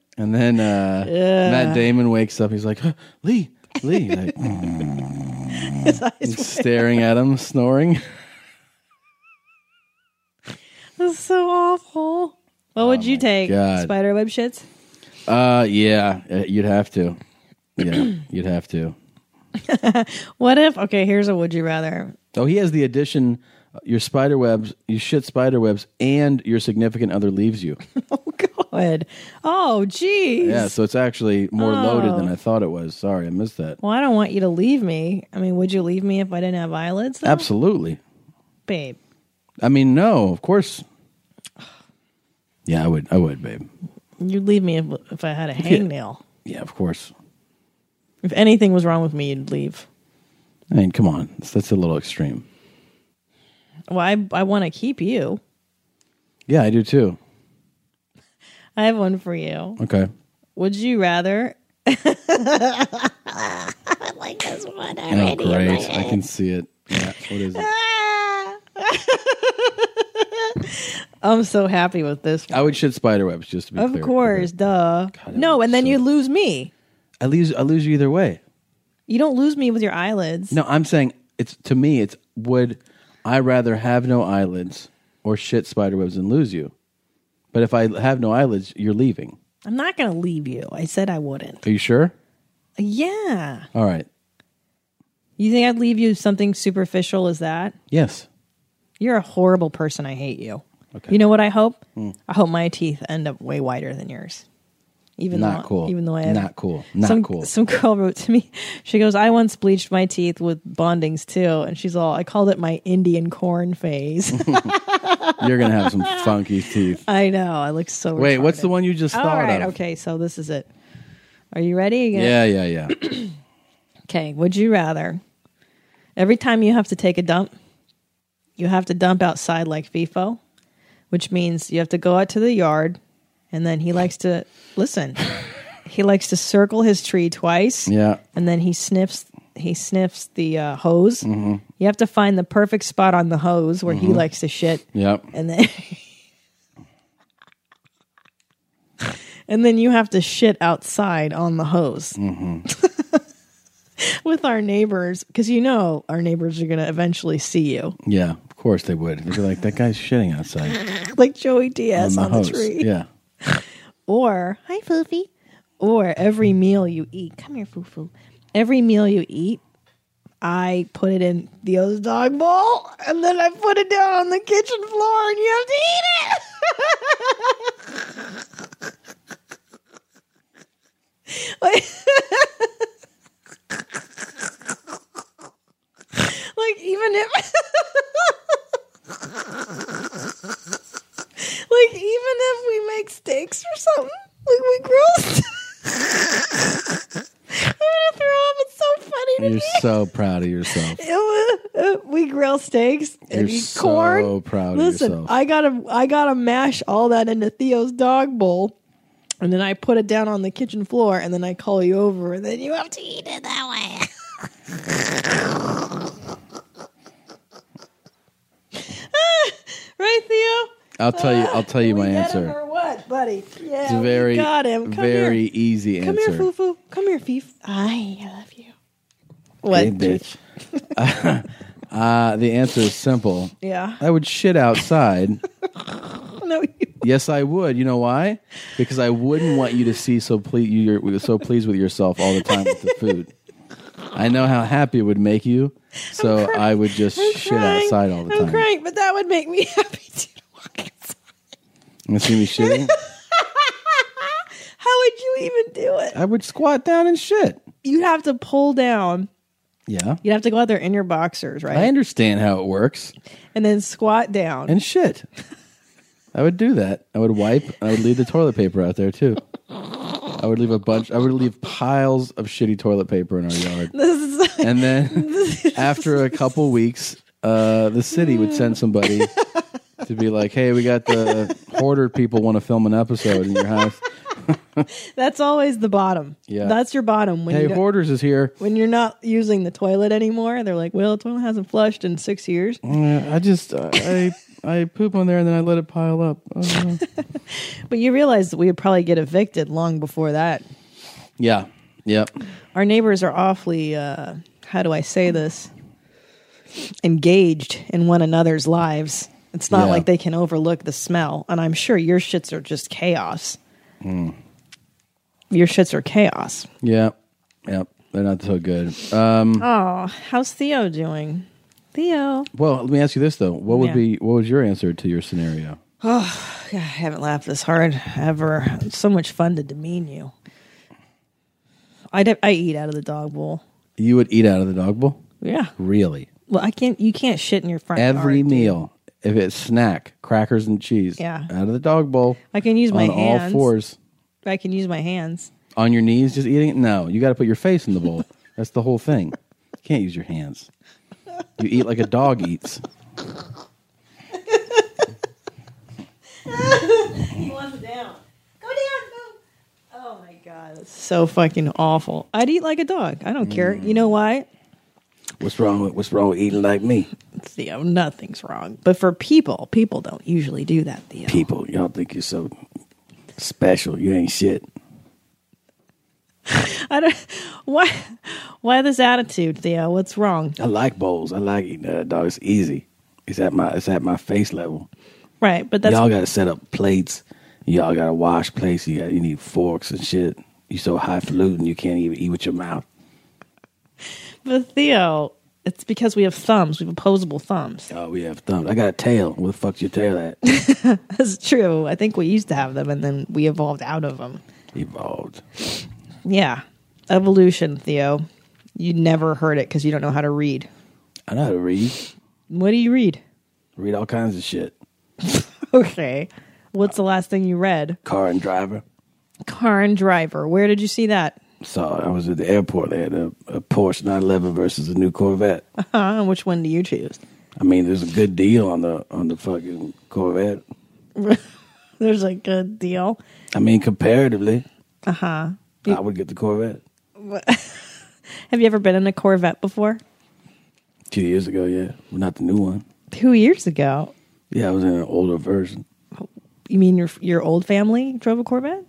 and then uh, Yeah. Matt Damon wakes up. He's like, "Huh, Lee, Lee. Like, and staring at him, snoring. That's so awful. What would you take? Oh God. Spider web shits? Uh, yeah, uh, you'd have to. Yeah, you'd have to. What if? Okay, here's a would you rather. Oh, he has the addition. uh, Your spider webs, you shit spider webs, and your significant other leaves you. Good. Oh, jeez. Yeah, so it's actually more loaded than Oh. I thought it was. Sorry, I missed that. Well, I don't want you to leave me. I mean, would you leave me if I didn't have eyelids? Though? Absolutely. Babe. I mean, no, of course. Yeah, I would. I would, babe. You'd leave me if, if I had a hangnail. Yeah, of course. If anything was wrong with me, you'd leave. I mean, come on, that's, that's a little extreme. Well, I, I want to keep you. Yeah, I do too. I have one for you. Okay. Would you rather? I like this one Oh, already. in my great! I head. can see it. Yeah, what is it? I'm so happy with this. I would shit spider webs just to be Of clear. course, duh. no, and then you lose me. I lose. I lose you either way. You don't lose me with your eyelids. No, I'm saying it's to me. It's would I rather have no eyelids or shit spider webs and lose you? But if I have no eyelids, you're leaving. I'm not going to leave you. I said I wouldn't. Are you sure? Yeah. All right. You think I'd leave you something superficial as that? Yes. You're a horrible person. I hate you. You know what I hope? Mm. I hope my teeth end up way whiter than yours. Even Not though, cool. Even though I have, Not cool. Not some, cool. Some girl wrote to me. She goes, "I once bleached my teeth with bondings too," and she's all, "I called it my Indian corn phase." You're gonna have some funky teeth. I know. I look so. Wait, what's the retarded. one you just All thought right, of? Okay, so this is it. Are you ready? You gonna- Yeah, yeah, yeah. Okay, would you rather? Every time you have to take a dump, you have to dump outside like FIFO, which means you have to go out to the yard, and then he likes to listen. he likes to circle his tree twice, Yeah. and then he sniffs. He sniffs the uh, hose. Mm-hmm. You have to find the perfect spot on the hose where he Mhm. likes to shit, Yep. and then and then you have to shit outside on the hose Mm-hmm. with our neighbors because you know our neighbors are going to eventually see you Yeah. Of course they would. They'd be like, "That guy's shitting outside like joey diaz on the, hose." tree Yeah. or hi foofy or every meal you eat come here foofoo every meal you eat i put it in the other dog bowl and then i put it down on the kitchen floor and you have to eat it like, like even if like even if we make steaks or something like we grill st- i'm gonna throw up it's so funny to You're me so proud of yourself. It wa- uh, we grill steaks and You're eat so corn proud of listen yourself. i gotta i gotta mash all that into theo's dog bowl and then i put it down on the kitchen floor and then i call you over and then you have to eat it that way right theo I'll tell you. I'll tell you my Get him answer. or what, buddy? Yeah, It's a we very, got him. Come very here. easy Come answer. here, Fufu. Come here, Fief. I love you. What? Hey, bitch. uh, the answer is simple. Yeah. I would shit outside. No, yes, I would. You know why? Because I wouldn't want you to see so ple- you were so pleased with yourself all the time with the food. I know how happy it would make you, so I would just shit outside all the I'm time. crying, but that would make me happy too. You see me shitting? How would you even do it? I would squat down and shit. You'd have to pull down. Yeah, You'd have to go out there in your boxers, right? I understand how it works. and then squat down. and shit. I would do that. I would wipe. and I would leave the toilet paper out there too. I would leave a bunch. I would leave piles of shitty toilet paper in our yard. This is like, And then after a couple weeks, uh, the city would send somebody to be like, "Hey, we got the hoarder people want to film an episode in your house. that's always the bottom. Yeah. that's your bottom when hey, you don't- hoarders is here. when you're not using the toilet anymore. They're like, well, the toilet hasn't flushed in six years. Uh, I just uh, I I poop on there and then I let it pile up. Uh, But you realize that we would probably get evicted long before that. yeah, yep. Our neighbors are awfully, uh, how do I say this, engaged in one another's lives. It's not Yeah. like they can overlook the smell. And I'm sure your shits are just chaos. Mm. Your shits are chaos. Yeah, yep. They're not so good. Um, Oh, how's Theo doing? Theo. Well, let me ask you this though: what would Yeah. be what was your answer to your scenario? Oh, God, I haven't laughed this hard ever. It's so much fun to demean you. I I eat out of the dog bowl. You would eat out of the dog bowl. Yeah. Really, Well, I can't. You can't shit in your front every yard. meal, if it's snack, crackers and cheese, Yeah. out of the dog bowl. I can use my on hands. all fours, I can use my hands. on your knees, just eating it. No, you got to put your face in the bowl. That's the whole thing. You can't use your hands. You eat like a dog eats. he wants it down. Go down. Boo. Oh my god. that's So fucking awful. I'd eat like a dog. I don't care. You know why? What's wrong with What's wrong with eating like me? Theo, oh, nothing's wrong. But for people, people don't usually do that, Theo. People, y'all think you're so special. You ain't shit. I don't why why this attitude, Theo? What's wrong? I like bowls. I like eating that dog. It's easy. It's at my it's at my face level. Right, but that's y'all got to set up plates. Y'all got to wash plates. You got you need forks and shit. You so highfalutin you can't even eat with your mouth. but Theo, it's because we have thumbs. We have opposable thumbs. Oh, we have thumbs. I got a tail. Where the fuck's your tail at? That's true. I think we used to have them and then we evolved out of them. Evolved. Yeah. Evolution, Theo. You never heard it because you don't know how to read. I know how to read. What do you read? Read all kinds of shit. Okay. What's the last thing you read? Car and driver. Car and Driver. Where did you see that? So I was at the airport. They had a, a Porsche 911 versus a new Corvette. Uh-huh. Which one do you choose? I mean, there's a good deal on the on the fucking Corvette. There's a good deal. I mean, comparatively, Uh huh. I would get the Corvette. Have you ever been in a Corvette before? Two years ago, yeah, well, not the new one. Two years ago. Yeah, I was in an older version. You mean your your old family drove a Corvette?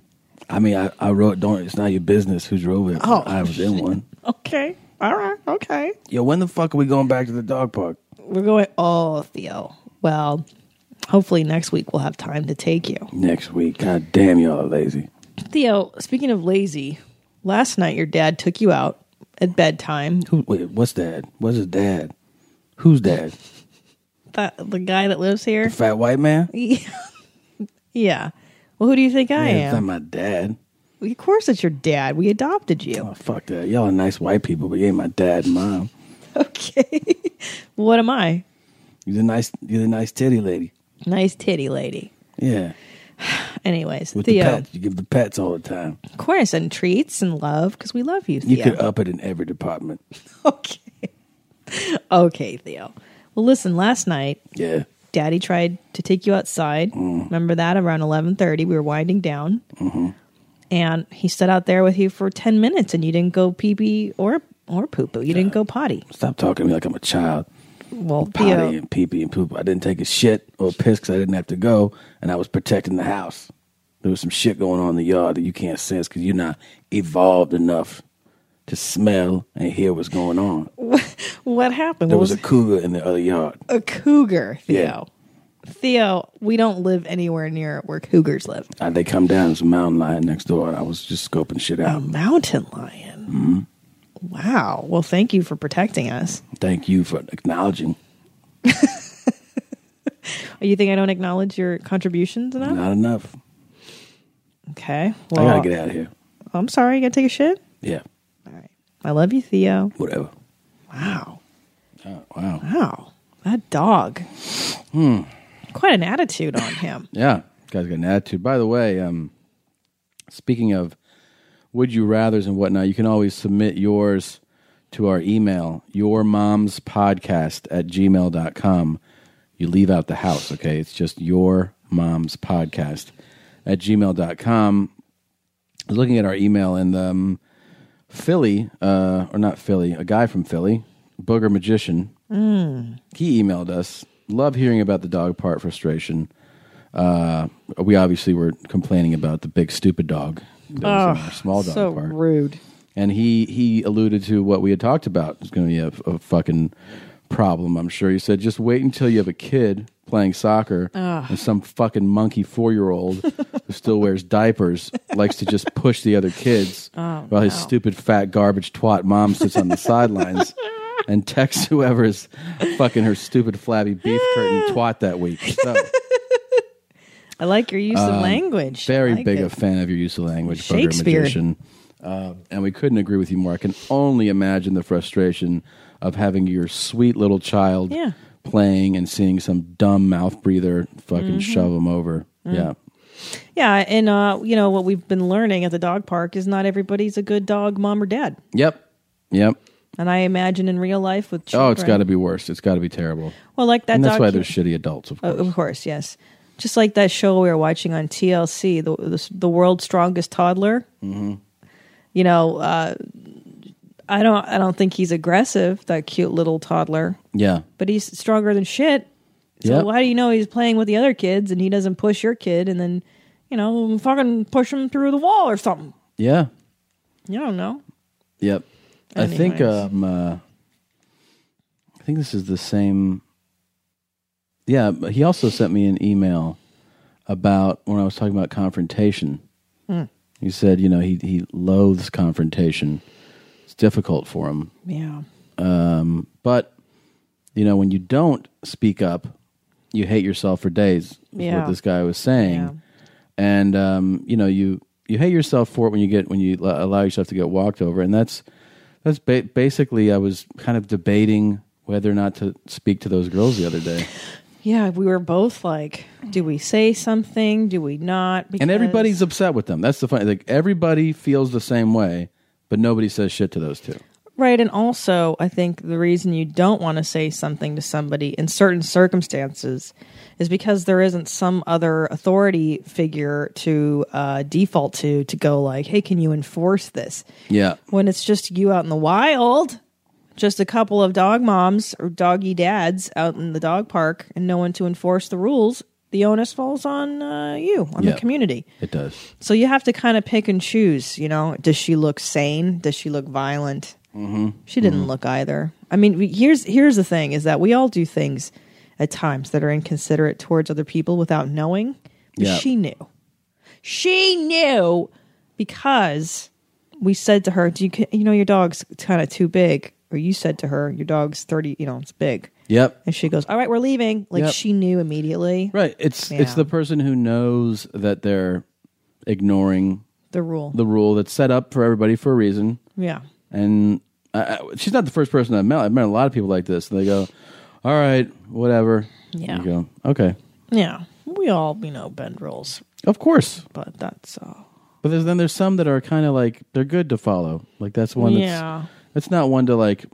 I mean, I, I wrote, "Don't." It's not your business who drove it. Oh, I was in one. Okay. All right. Okay. Yo, when the fuck are we going back to the dog park? We're going. Oh, Theo. Well, hopefully next week we'll have time to take you. Next week. God damn, y'all are lazy. Theo, speaking of lazy, last night your dad took you out at bedtime. Who? Wait, what's dad? What's his dad? Who's dad? That, the guy that lives here. Fat white man. Yeah. yeah. Well, who do you think I Yeah, It's not am? my dad. Of course, it's your dad. We adopted you. Oh, fuck that. Y'all are nice white people, but you ain't my dad and mom. What am I? You're the nice. You're the nice titty lady. Nice titty lady. Yeah. Anyways, With the Theo. pets, you give the pets all the time. Of course, and treats and love because we love you, Theo. You could uh, up it in every department. okay, Theo. Well, listen. Last night, Yeah. Daddy tried to take you outside. Remember that? Around eleven thirty, we were winding down, Mm. Mm-hmm. and he stood out there with you for ten minutes, and you didn't go pee pee or or poo poo. You didn't go potty. Stop talking to me like I'm a child. Well, Potty Theo, and pee pee and poop. I didn't take a shit or a piss because I didn't have to go, and I was protecting the house. There was some shit going on in the yard that you can't sense because you're not evolved enough to smell and hear what's going on. what happened? There What was a cougar in the other yard. a cougar, Theo. Yeah, Theo, we don't live anywhere near where cougars live. Uh, they come down. There's a mountain lion next door. and I was just scoping shit A out. mountain lion. hmm Wow. Well, thank you for protecting us. Thank you for acknowledging. You think I don't acknowledge your contributions enough? Not enough. Okay. I Well, gotta get out of here. I'm sorry. You gotta take a shit. Yeah. I love you, Theo. Whatever. Wow. Oh, wow. Wow. That dog. Hmm. Quite an attitude on him. Yeah, guy's got an attitude. By the way, um, speaking of would you rather's and whatnot, you can always submit yours to our email, your mom's podcast at gmail.com. You leave out the house, okay? It's just your mom's podcast at gmail.com. I was looking at our email and um, Philly, uh, or not Philly, a guy from Philly, Booger Magician, Mm. he emailed us. Love hearing about the dog part frustration. Uh, we obviously were complaining about the big stupid dog. That was in Oh, our small dog so park. rude. And he he alluded to what we had talked about. It's going to be a, a fucking problem, I'm sure. He said, just wait until you have a kid playing soccer Ugh. and some fucking monkey four year old who still wears diapers likes to just push the other kids Oh, while his stupid fat garbage twat mom sits on the sidelines and texts whoever's fucking her stupid flabby beef curtain twat that week. So, I like your use of um, language. I Very like big it. a fan of your use of language, Booger Shakespeare. Magician. Uh, and we couldn't agree with you more. I can only imagine the frustration of having your sweet little child Yeah. playing and seeing some dumb mouth breather fucking Mhm. shove him over. Mm. Yeah. Yeah, and uh, you know what we've been learning at the dog park is not everybody's a good dog mom or dad. Yep. Yep. And I imagine in real life with children, Oh, it's got to be worse. It's got to be terrible. Well, like that And that's docu- why there's shitty adults. Of Oh, of course, yes. Just like that show we were watching on TLC, Mm-hmm. the uh, I don't. I don't think he's aggressive. That cute little toddler, Yeah. but he's stronger than shit. So Yep. why do you know he's playing with the other kids and he doesn't push your kid and then, you know, fucking push him through the wall or something? Yeah. You don't know. Yep. I think Anyways. um uh, I think this is the same Yeah, but he also sent me an email about when I was talking about confrontation. Mm. He said, you know, he he loathes confrontation. It's difficult for him. Yeah. Um but you know, when you don't speak up, you hate yourself for days. is Yeah. What this guy was saying. And um, you know, you you hate yourself for it when you get when you l- allow yourself to get walked over, and that's that's ba- basically I was kind of debating whether or not to speak to those girls the other day. Yeah, we were both like, do we say something? Do we not? and everybody's upset with them. That's the funny. Like everybody feels the same way, but nobody says shit to those two. Right. And also, I think the reason you don't want to say something to somebody in certain circumstances is because there isn't some other authority figure to uh, default to to go, like, hey, can you enforce this? Yeah. When it's just you out in the wild, just a couple of dog moms or doggy dads out in the dog park and no one to enforce the rules, the onus falls on uh, you, on Yeah. the community. It does. So you have to kind of pick and choose, you know, does she look sane? Does she look violent? Mm-hmm. She didn't look either. I mean, we- here's here's the thing: is that we all do things at times that are inconsiderate towards other people without knowing. But Yeah. She knew. She knew because we said to her, "Do you ca- you know your dog's kind of too big?" Or you said to her, "Your dog's thirty. You know, it's big." Yep. And she goes, "All right, we're leaving." Like Yep. she knew immediately. Right. It's Yeah. it's the person who knows that they're ignoring The rule. the rule that's set up for everybody for a reason. Yeah. And I, I- she's not the first person I've met. I've met a lot of people like this. And they go, all right, whatever. Yeah. You go, okay. Yeah. We all you know bend rules. Of course. But that's. Uh, But there's, then there's some that are kind of like, they're good to follow. Like that's one that's, Yeah. that's not one to like,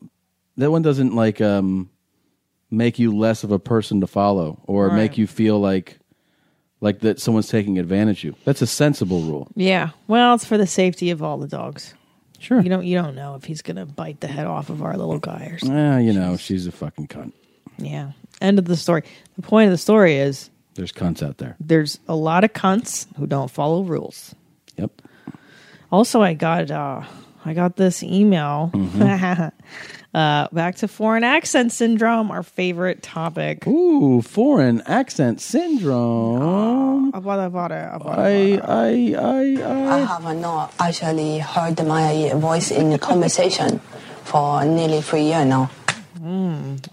that one doesn't like um make you less of a person to follow or Right. make you feel like, like that someone's taking advantage of you. That's a sensible rule. Yeah. Well, it's for the safety of all the dogs. Sure. You don't you don't know if he's gonna bite the head off of our little guy or something. Ah, you know, she's a fucking cunt. Yeah. End of the story. The point of the story is There's cunts out there. there's a lot of cunts who don't follow rules. Yep. Also, I got uh, I got this email. Mm-hmm. uh, back to foreign accent syndrome, our favorite topic. Ooh, foreign accent syndrome. Avada, avada, avada. I, I, I, I Ah. have not actually heard my voice in the conversation for nearly three years now.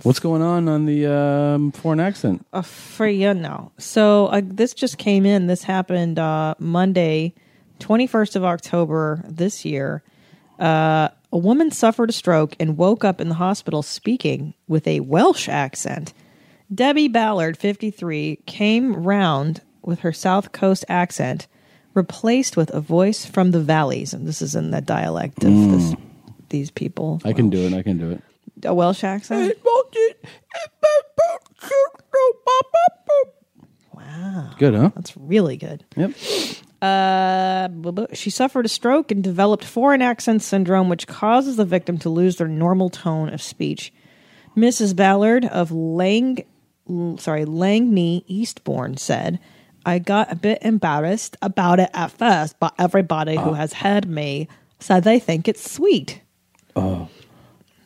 What's going on on the um, foreign accent? Uh, for you now. So uh, this just came in. This happened uh, Monday, twenty first of October this year. Uh, a woman suffered a stroke and woke up in the hospital speaking with a Welsh accent. Debbie Ballard, fifty three, came round with her South Coast accent, replaced with a voice from the valleys. And this is in the dialect of Mm. this, these people. I can do it. I can do it. A Welsh accent. Good, huh? That's really good. Yep. Uh, blah, blah. she suffered a stroke and developed foreign accent syndrome, which causes the victim to lose their normal tone of speech. Mrs. Ballard of Lang, l- sorry, Langney Eastbourne said, "I got a bit embarrassed about it at first, but everybody who has heard me said they think it's sweet." Uh,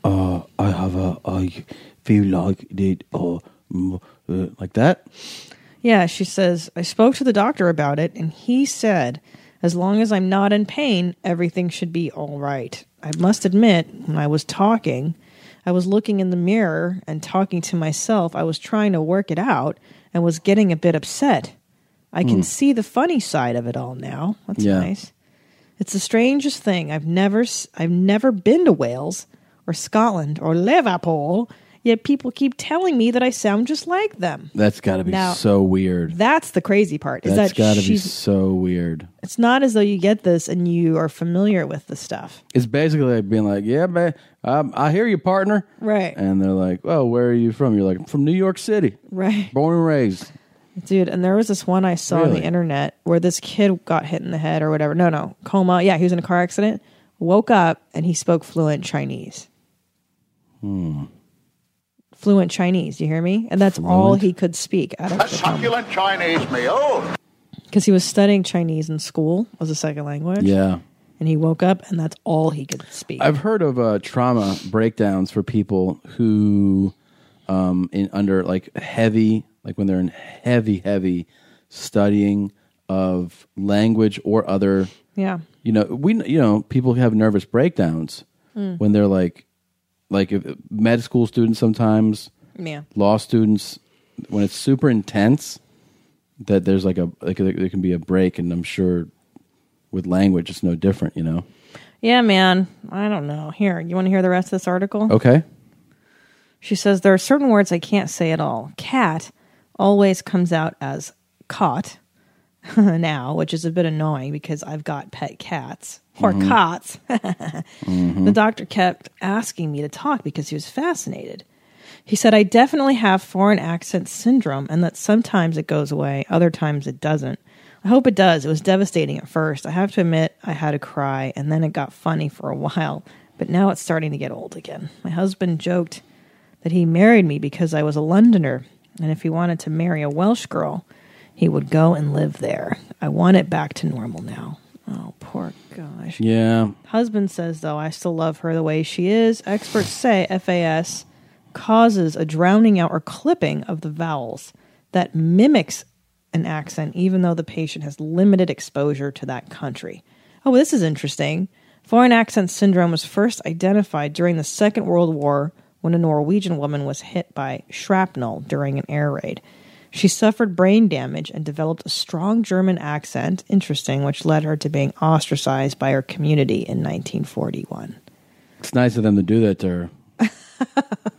uh, I have a, I feel like it, uh, mm, uh, like that. Yeah, she says, I spoke to the doctor about it, and he said, as long as I'm not in pain, everything should be all right. I must admit, when I was talking, I was looking in the mirror and talking to myself. I was trying to work it out and was getting a bit upset. I can Hmm. see the funny side of it all now. That's Yeah. nice. It's the strangest thing. I've never s- I've never been to Wales or Scotland or Liverpool, yet people keep telling me that I sound just like them. That's got to be Now- so weird. That's the crazy part. Is That's that got to be she's? so weird. It's not as though you get this and you are familiar with the stuff, It's basically like being like, yeah, man, um, I hear you, partner. right? And they're like, oh, where are you from? You're like, I'm from New York City. Right. Born and raised. Dude, and there was this one I saw on Really? the internet where this kid got hit in the head or whatever. No, no, coma. Yeah, he was in a car accident. woke up and he spoke fluent Chinese. Hmm. Fluent Chinese, you hear me? And that's all Fluent? he could speak out of A succulent Chinese meal. because he was studying Chinese in school as a second language. Yeah. And he woke up and that's all he could speak. I've heard of uh, trauma breakdowns for people who, um, in under like heavy, like when they're in heavy, heavy studying of language or other. Yeah. You know, we you know people have nervous breakdowns Mm. when they're like, like if, med school students sometimes, Yeah. law students when it's super intense that there's like a like there can be a break, and I'm sure with language it's no different. You know. Yeah, man. I don't know. Here, you want to hear the rest of this article? Okay. She says there are certain words I can't say at all. Cat always comes out as caught now, which is a bit annoying because I've got pet cats or Mhm. cots. The doctor kept asking me to talk because he was fascinated. He said, I definitely have foreign accent syndrome and that sometimes it goes away, other times it doesn't. I hope it does. It was devastating at first. I have to admit, I had to cry and then it got funny for a while, but now it's starting to get old again. My husband joked that he married me because I was a Londoner and if he wanted to marry a Welsh girl, he would go and live there. I want it back to normal now. Oh, poor gosh. Yeah. Husband says, though, I still love her the way she is. Experts say FAS causes a drowning out or clipping of the vowels that mimics an accent, even though the patient has limited exposure to that country. Oh, this is interesting. Foreign accent syndrome was first identified during the Second World War when a Norwegian woman was hit by shrapnel during an air raid. She suffered brain damage and developed a strong German accent, interesting, which led her to being ostracized by her community in 1941. It's nice of them to do that to her.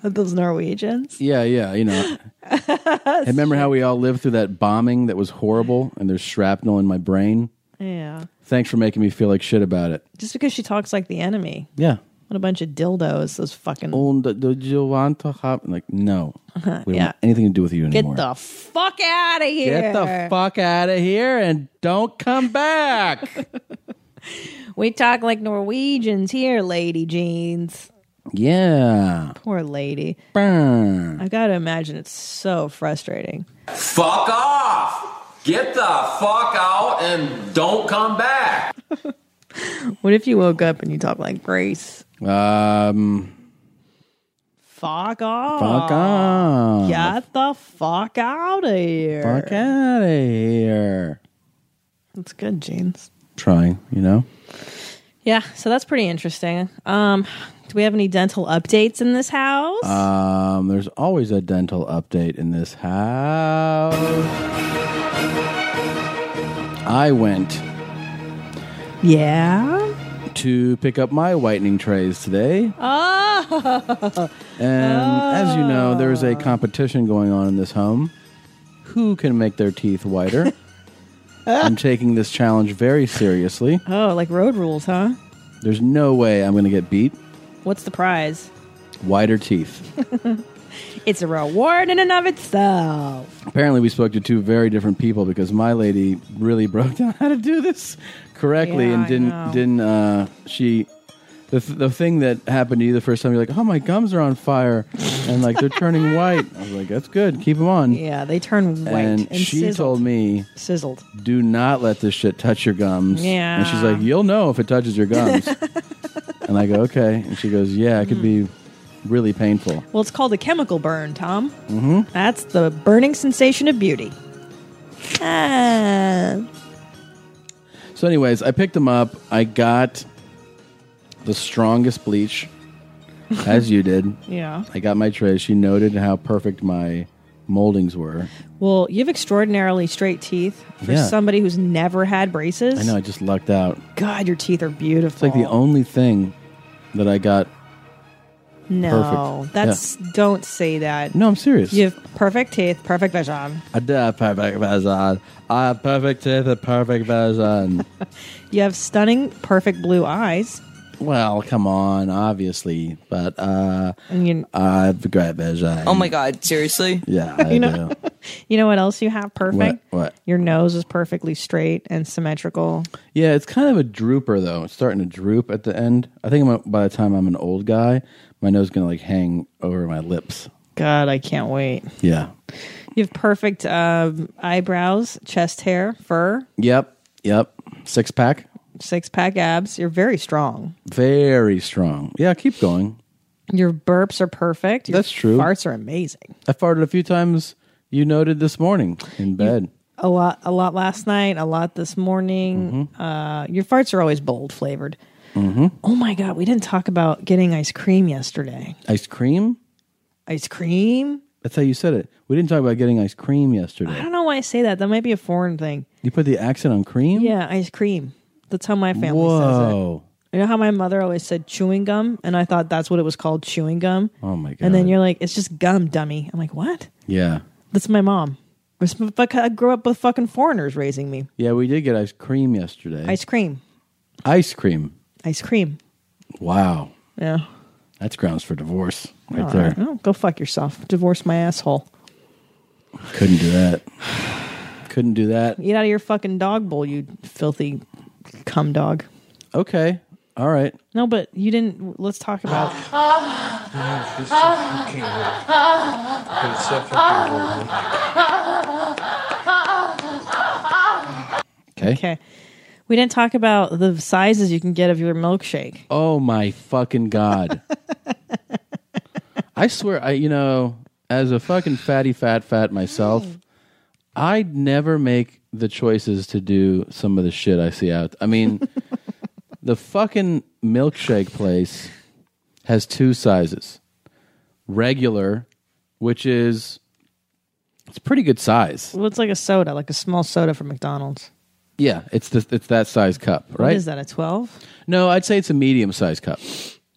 Those Norwegians. Yeah, yeah, you know. Hey, remember how we all lived through that bombing that was horrible and there's shrapnel in my brain? Yeah. Thanks for making me feel like shit about it. Just because she talks like the enemy. Yeah. What a bunch of dildos, those fucking. And do you want to hop? Like, no. We don't Uh-huh, Yeah. want anything to do with you Get anymore. the fuck out of here. Get the fuck out of here and don't come back. We talk like Norwegians here, Lady Jeans. yeah. Poor lady. Burn. I've got to imagine it's so frustrating. Fuck off! Get the fuck out and don't come back! What if you woke up and you talk like Grace? Um, Fuck off. fuck off. Get the fuck out of here. Uh-huh. Fuck out of here. That's good, Jeans. Trying, you know? Yeah, so that's pretty interesting. Um, do we have any dental updates in this house? Um, there's always a dental update in this house. I went Yeah. to pick up my whitening trays today. Oh. And as you know, there's a competition going on in this home. Who can make their teeth whiter? I'm taking this challenge very seriously. Oh, like road rules, huh? There's no way I'm going to get beat. What's the prize? Whiter teeth. It's a reward in and of itself. Apparently, we spoke to two very different people because my lady really broke down how to do this correctly Yeah, and I know. didn't didn't uh, she the th- the thing that happened to you the first time you're like oh my gums are on fire and like they're turning white. I was like that's good, keep them on. Yeah, they turn white and, and, she sizzled. told me sizzled. do not let this shit touch your gums. And she's Yeah. like, you'll know if it touches your gums. and I go, okay. And she goes, yeah, it could Hmm. be really painful. Well, it's called a chemical burn, Tom. hmm That's the burning sensation of beauty. Ah. So, anyways, I picked them up. I got the strongest bleach, as you did. Yeah. I got my tray. She noted how perfect my moldings were. Well, you have extraordinarily straight teeth for Yeah. somebody who's never had braces. I know I just lucked out. God, your teeth are It's beautiful. like the only thing that I got. no, perfect. that's don't say that. No, I'm serious. You have perfect teeth, perfect vision. I did a perfect version. I have perfect teeth, a perfect version. You have stunning, perfect blue eyes. Well, come on, obviously, but uh, And you, I've got vision. Oh my god, seriously? Yeah, I You know? do. You know what else you have perfect? What? What? Your nose is perfectly straight and symmetrical. Yeah, it's kind of a drooper though. It's starting to droop at the end. I think I'm, by the time I'm an old guy, my nose is gonna like hang over my lips. God, I can't wait. Yeah. You have perfect um, eyebrows, chest hair, fur, Yep. Yep. Six pack. six pack abs. You're very strong. Very strong. Yeah. Keep going. Your burps are perfect. Your That's true. Farts are amazing. I farted a few times. You noted this morning in bed. A lot, a lot last night. A lot this morning. Uh, your farts are always bold flavored. Mm-hmm. Oh my god, we didn't talk about getting ice cream yesterday. Ice cream. Ice cream. That's how you said it. We didn't talk about getting ice cream I yesterday. don't know why I say that. That might be a foreign thing. You put the accent on cream. Yeah, ice cream. That's how my family says Whoa. it. You know how my mother always said chewing gum, and I thought that's what it was called, chewing gum. Oh my god. And then you're like, it's just gum, dummy. I'm like, what? yeah. That's my mom. It's fuck- I grew up with fucking foreigners raising me. Yeah, we did get ice cream yesterday. Ice cream, Ice cream. ice cream. Wow. Yeah, That's grounds for divorce right All there. Oh, go fuck yourself. Divorce my asshole. Couldn't do that. Couldn't do that. Eat out of your fucking dog bowl, you filthy cum dog. Okay. All right. No, but you didn't. Let's talk about. Okay. Okay. We didn't talk about the sizes you can get of your milkshake. Oh my fucking god. I swear I you know, as a fucking fatty fat fat myself, I'd never make the choices to do some of the shit I see out. I mean, the fucking milkshake place has two sizes. Regular, which is it's a pretty good size. Well, it's like a soda, like a small soda from McDonald's. Yeah, it's the, it's that size cup, right? What is that? A twelve? No, I'd say it's a medium sized cup.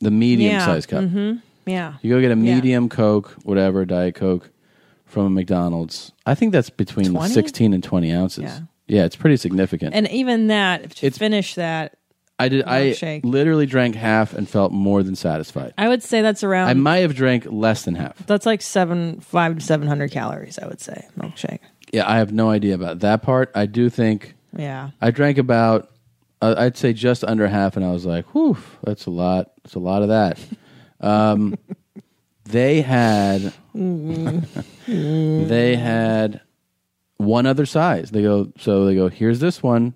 The medium sized cup. hmm Yeah. You go get a Yeah. medium Coke, whatever, Diet Coke from a McDonald's. I think that's between 20? 16 and 20 ounces. Yeah. Yeah, it's pretty significant. And even that, if you finish that, I did I milkshake. Um, literally drank half and felt more than satisfied. I would say that's around. I might have drank less than half. that's like seven, five to seven hundred calories. I would say milkshake. Yeah, I have no idea about that part. I do think Yeah. I drank about uh, I'd say just under half and I was like, "Whew, that's a lot. That's a lot of that." Um they had they had one other size. They go, so they go, here's this one.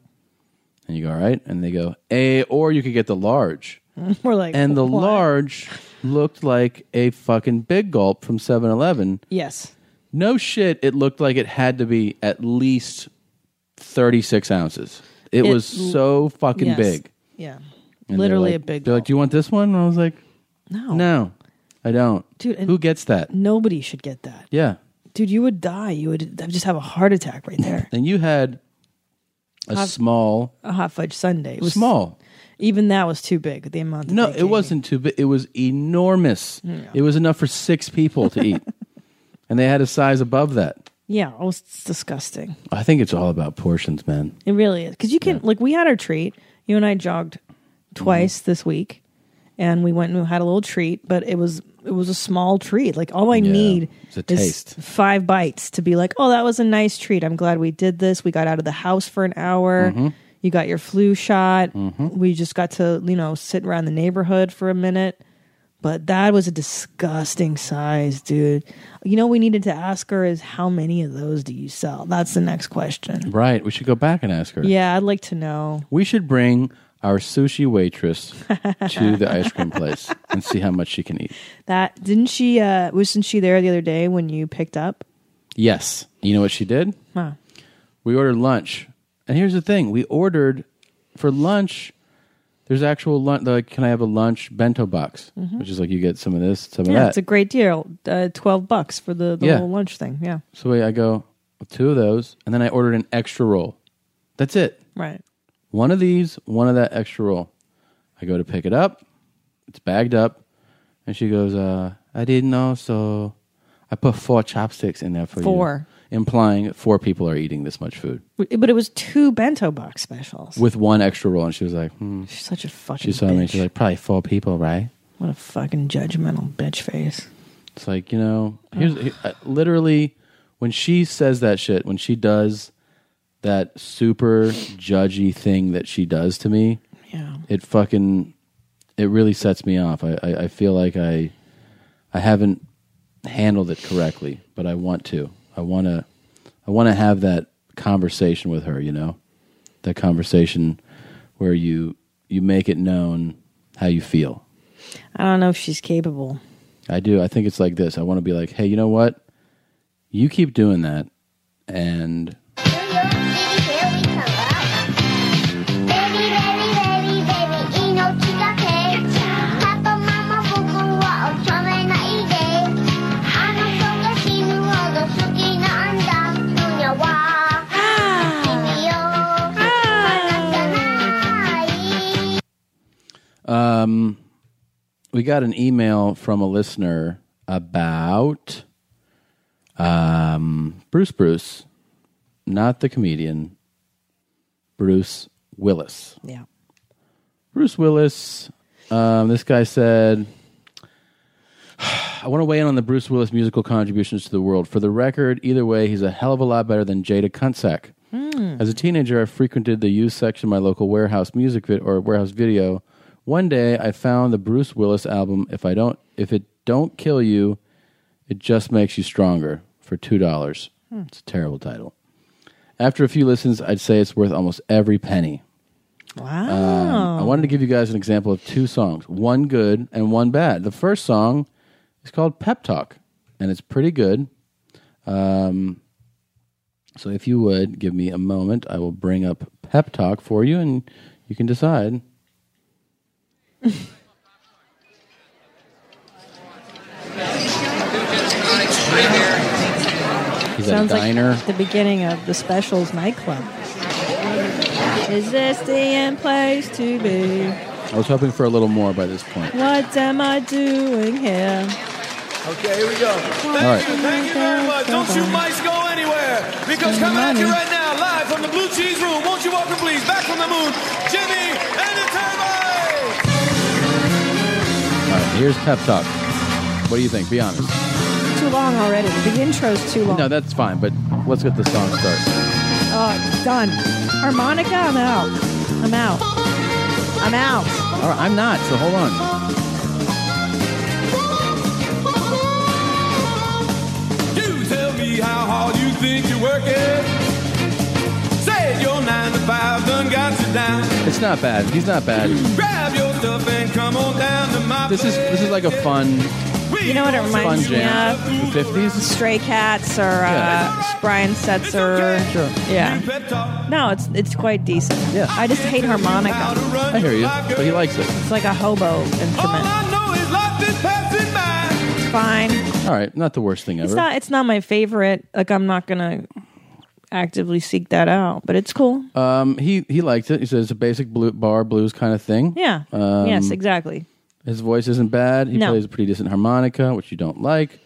And you go, all right. And they go, a, or you could get the large. We're like, and the what? large looked like a fucking big gulp from 7 Eleven. Yes. No shit. It looked like it had to be at least 36 ounces. It, It- was so fucking Yes. big. Yeah. And they're Literally like- a big. They're like, do you want this one? And I was like, No. No, I don't. Dude, and- who gets that? Nobody should get that, Yeah. dude. You would die. You would just have a heart attack right there. And you had a Hot- small A hot fudge sundae. It was Small. Even that was too big. The amount. That No, they it gave. wasn't too big. It was enormous. Yeah. It was enough for six people to eat. and they had a size above that. Yeah, it was disgusting. I think it's all about portions, man. It really is because you can like we had our treat. You and I jogged twice this week, and we went and had a little treat. But it was it was a small treat. Like all I need it's a is five bites to be like, oh, that was a nice treat. I'm glad we did this. We got out of the house for an hour. Mhm. You got your flu shot. Mhm. We just got to you know sit around the neighborhood for a minute. But that was a disgusting size, dude. You know, we needed to ask her is how many of those do you sell? That's the next question. Right. We should go back and ask her. Yeah, I'd like to know. We should bring our sushi waitress to the ice cream place and see how much she can eat. That didn't she? uh Wasn't she there the other day when you picked up? Yes. You know what she did? Huh. We ordered lunch. And here's the thing we ordered for lunch. There's actual lunch. Like, can I have a lunch bento box? Mhm. Which is like you get some of this, some yeah, of it's that. a great deal. Uh, Twelve bucks for the, the Yeah. whole lunch thing. Yeah, so I go two of those, and then I ordered an extra roll. That's it. right. One of these, one of that extra roll. I go to pick it up. It's bagged up. And she goes, uh, I didn't know, so I put four chopsticks in there for Four. you. Implying four people are eating this much food W- But it was two bento box specials. with one extra roll. And she was like, hmm. She's such a She fucking. saw me. She's like, probably four people, right? What a fucking judgmental bitch face. It's like, you know, here's he- I- uh, literally when she says that shit, when she does that super judgy thing that she does to me, yeah. it fucking it really sets me off. I, I, I feel like I I haven't handled it correctly, but I want to. I want to. I want to have that conversation with her. You know, that conversation where you you make it known how you feel. I don't know if she's capable. I do. I think it's like this. I want to be like, hey, you know what? You keep doing that, and Um, we got an email from a listener about um, Bruce Bruce, not the comedian, Bruce Willis. Yeah. Bruce Willis. Um, this guy said, I want to weigh in on the Bruce Willis musical contributions to the world. For the record, either way, he's a hell of a lot better than Jada Kunsak. As a teenager, I frequented the used section of my local warehouse music vid- or warehouse video. One day, I found the Bruce Willis album. If I don't, if it don't kill you, it just makes you stronger. For two dollars, Hmm. it's a terrible title. After a few listens, I'd say it's worth almost every penny. Uh, Um, I wanted to give you guys an example of two songs, one good and one bad. The first song is called Pep Talk, and it's pretty good. Um, so if you would give me a moment, I will bring up Pep Talk for you, and you can decide. He's at a Sounds diner. like the beginning of the specials nightclub. Is this the end place to be? I was hoping for a little more by this point. What am I doing here? Okay, here we go. All Thank right. you, thank you very much. Don't you mice go anywhere because coming at you right now, live from the Blue Cheese Room. Won't you welcome, please, back from the moon, Jimmy and the Termites? All right, here's Pep Talk. What do you think? Be honest. Too long already. The intro's too long. No, that's fine, but let's get the song started. Oh, it's done. Harmonica, I'm out. I'm out. I'm out. All right, I'm not, so hold on. You tell me how hard you think you're working. Say your nine to five done got you down. It's not bad. He's not bad. Grab your stuff and come on down to my This is this is like a fun, You know what it fun reminds me jam. of? The fifties. Stray Cats or uh, Brian Setzer. Sure. Yeah. No, it's it's quite decent. Yeah. I just hate harmonica. I hear you, but he likes it. It's like a hobo instrument. It's fine. All right, not the worst thing ever. It's not it's not my favorite. Like I'm not gonna actively seek that out, but it's cool. um, he he likes it. He says it's a basic blue, bar blues kind of thing. Yeah. Um, yes, exactly. His voice isn't bad. He No. plays a pretty decent harmonica, which you don't like,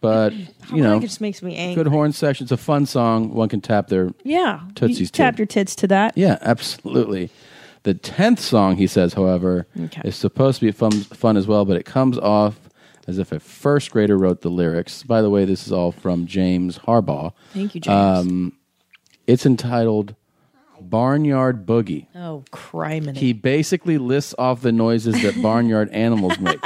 but you know, Harmonica just makes me angry. good horn section. It's a fun song. One can tap their Yeah. Tootsies you too. tap your tits to that. Yeah, absolutely. The tenth song, he says, however, is supposed to be fun, fun as well, but it comes off as if a first grader wrote the lyrics. By the way, this is all from James Harbaugh. Thank you, James. Um, it's entitled "Barnyard Boogie." Oh, criminy. He basically lists off the noises that barnyard animals make.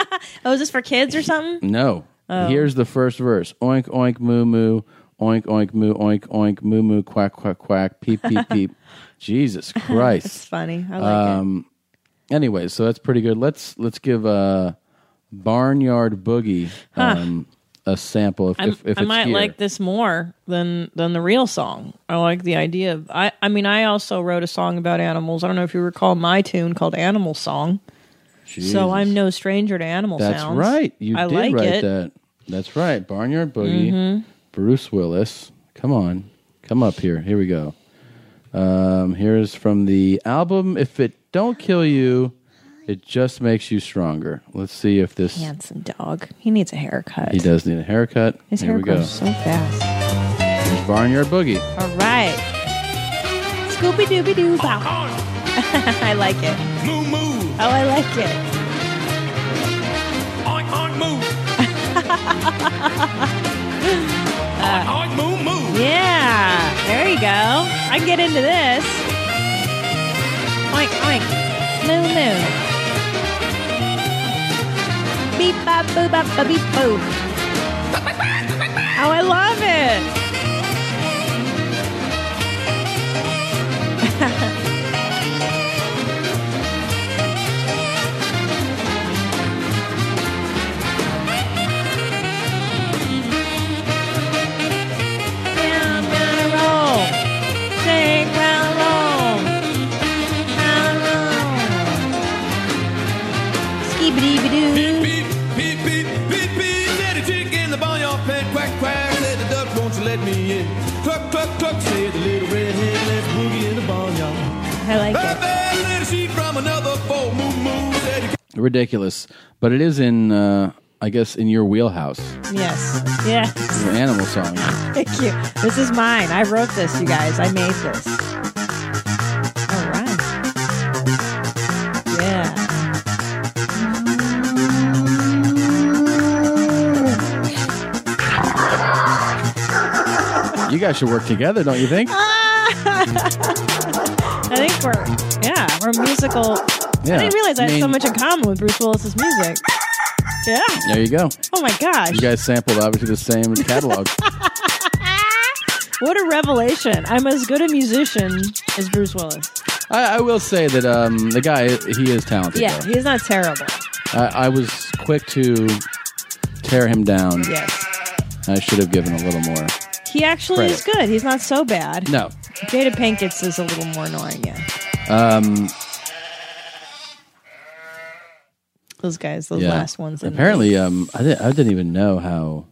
Oh, is this for kids or something? No. Oh. Here's the first verse. Oink oink moo moo. Oink oink moo oink oink moo moo quack quack quack peep peep peep. Jesus Christ. That's funny. I like it. Um, Anyway, so that's pretty good. Let's let's give uh, Barnyard Boogie Huh. um, a sample if, I'm- if, if I it's might here. like this more than than the real song. I like the idea of I. I mean, I also wrote a song about animals. I don't know if you recall my tune called "Animal Song." So Jesus. I'm no stranger to animal That's sounds. right. You I did like write it. that. That's right. Barnyard Boogie. Mhm. Bruce Willis. Come on, come up here. Here we go. Um, here's from the album. If it don't kill you, it just makes you stronger. Let's see if this. Handsome dog. He needs a haircut. He does need a haircut. His here hair we go. grows so fast. Here's Barnyard Boogie. All right. Scooby Dooby Doo Bow. I like it. Moo moo. Oh, I like it. Oink oink moo. Uh, yeah, there you go. I can get into this. Oink, oink. Moo, moo. Beep, bop, boo, bop, ba, beep, boo. Oh, I love it. Down, down, roll. Shake, round, roll. Round, roll. Skibidi-bidoo. Beep, beep, beep, beep. Let a chick in the barnyard pet quack, quack. Let the duck, won't you let me in? Cluck, cluck, cluck, said the little redhead. Let's boogie in the barnyard. I like it. Bad little sheep from another fold. Moo, moo, said you Ridiculous, but it is in, uh, I guess, in your wheelhouse. Yes. Yeah. Your animal song. Thank you. This is mine. I wrote this, you guys. I made this. All right. Yeah. You guys should work together, don't you think? I think we're, yeah, we're musical. Yeah. I didn't realize I, I had so mean- much in common with Bruce Willis's music. Yeah. There you go. Oh my gosh. You guys sampled obviously the same catalog. What a revelation. I'm as good a musician as Bruce Willis. I, I will say that um, the guy, he is talented. Yeah, he's not terrible. I, I was quick to tear him down. Yes. I should have given a little more. He actually is good. He's not so bad. No. Jada Pinkett's is a little more annoying, yeah. Um, Those guys, those yeah. last ones. in there. Apparently, um, I, didn't, I didn't even know how.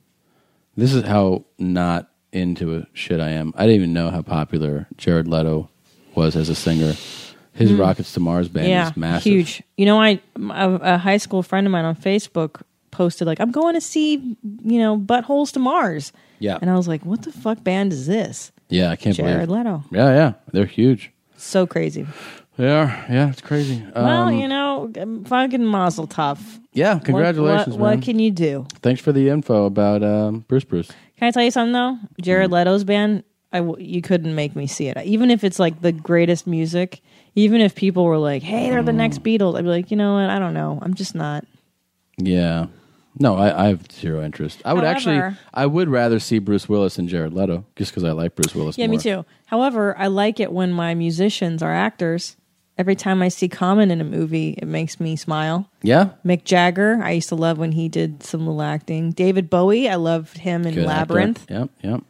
This is how not into shit I am. I didn't even know how popular Jared Leto was as a singer. His Mm. Rockets to Mars band yeah, is massive. huge. You know, I a, a high school friend of mine on Facebook posted like, "I'm going to see, you know, Buttholes to Mars." Yeah. and I was like, "What the fuck band is this?" Yeah, I can't Jared believe Leto. Yeah, yeah. They're huge. So crazy. They are. Yeah, it's crazy. well, Um, you know, um, fucking Mazel Tov. Yeah, What- congratulations, What, what, man. can you do? Thanks for the info about um, Bruce Bruce. Can I tell you something though? Mm-hmm. Jared Leto's band, I w- you couldn't make me see it. Even if it's like the greatest music, even if people were like, "Hey, Mm. they're the next Beatles," I'd be like, you know what? I don't know. I'm just not. Yeah. No, I, I have zero interest. I would actually, However- I would rather see Bruce Willis than Jared Leto, just because I like Bruce Willis. Yeah, me more. too. However, I like it when my musicians are actors. Every time I see Common in a movie, it makes me smile. Yeah, Mick Jagger, I used to love when he did some little acting. David Bowie, I loved him in Good actor. Labyrinth. Yep, yep.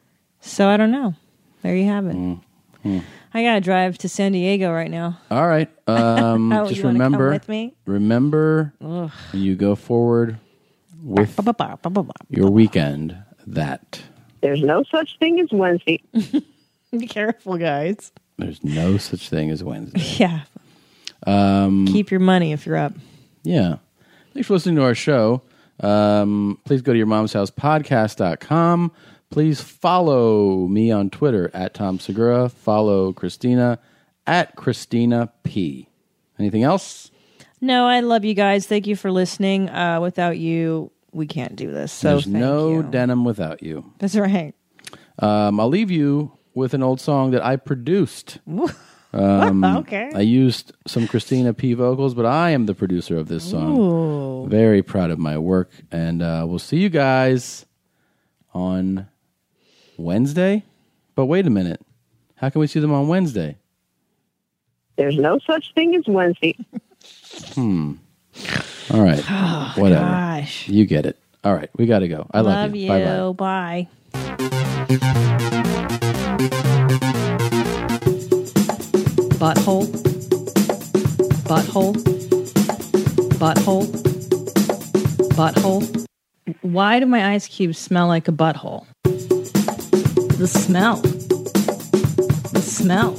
So I don't know. There you have it. Hmm. I gotta drive to San Diego right now. All right. Um, Oh, just you wanna come remember, with me? remember, Ugh. when you go forward with your weekend. That There's no such thing as Wednesday. Be careful, guys. there's no such thing as Wednesday. Yeah. Um, Keep your money if you're up. Yeah. Thanks for listening to our show. Um, please go to your mom's house podcast.com. Please follow me on Twitter at Tom Segura. Follow Christina at Christina P. Anything else? No, I love you guys. Thank you for listening. Uh, without you, we can't do this. So There's thank no you. denim without you. That's right. Um, I'll leave you with an old song that I produced. Um, Okay. I used some Christina P vocals, but I am the producer of this song. Ooh. Very proud of my work. And uh, we'll see you guys on Wednesday. But wait a minute. How can we see them on Wednesday? There's no such thing as Wednesday. Hmm. All right. Oh, Whatever. gosh. You get it. All right. We got to go. I love, you. you. Bye-bye. Bye. butthole, butthole, butthole, butthole. Why do my ice cubes smell like a butthole? The smell. The smell.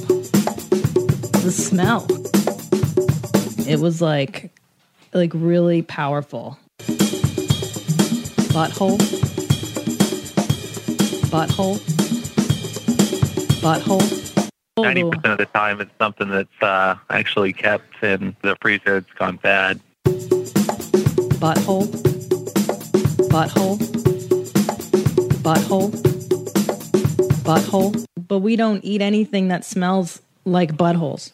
The smell. It was like like really powerful. butthole, butthole, butthole. Ninety percent of the time, it's something that's uh, actually kept in the freezer. It's gone bad. butthole, butthole, butthole, butthole. But we don't eat anything that smells like buttholes.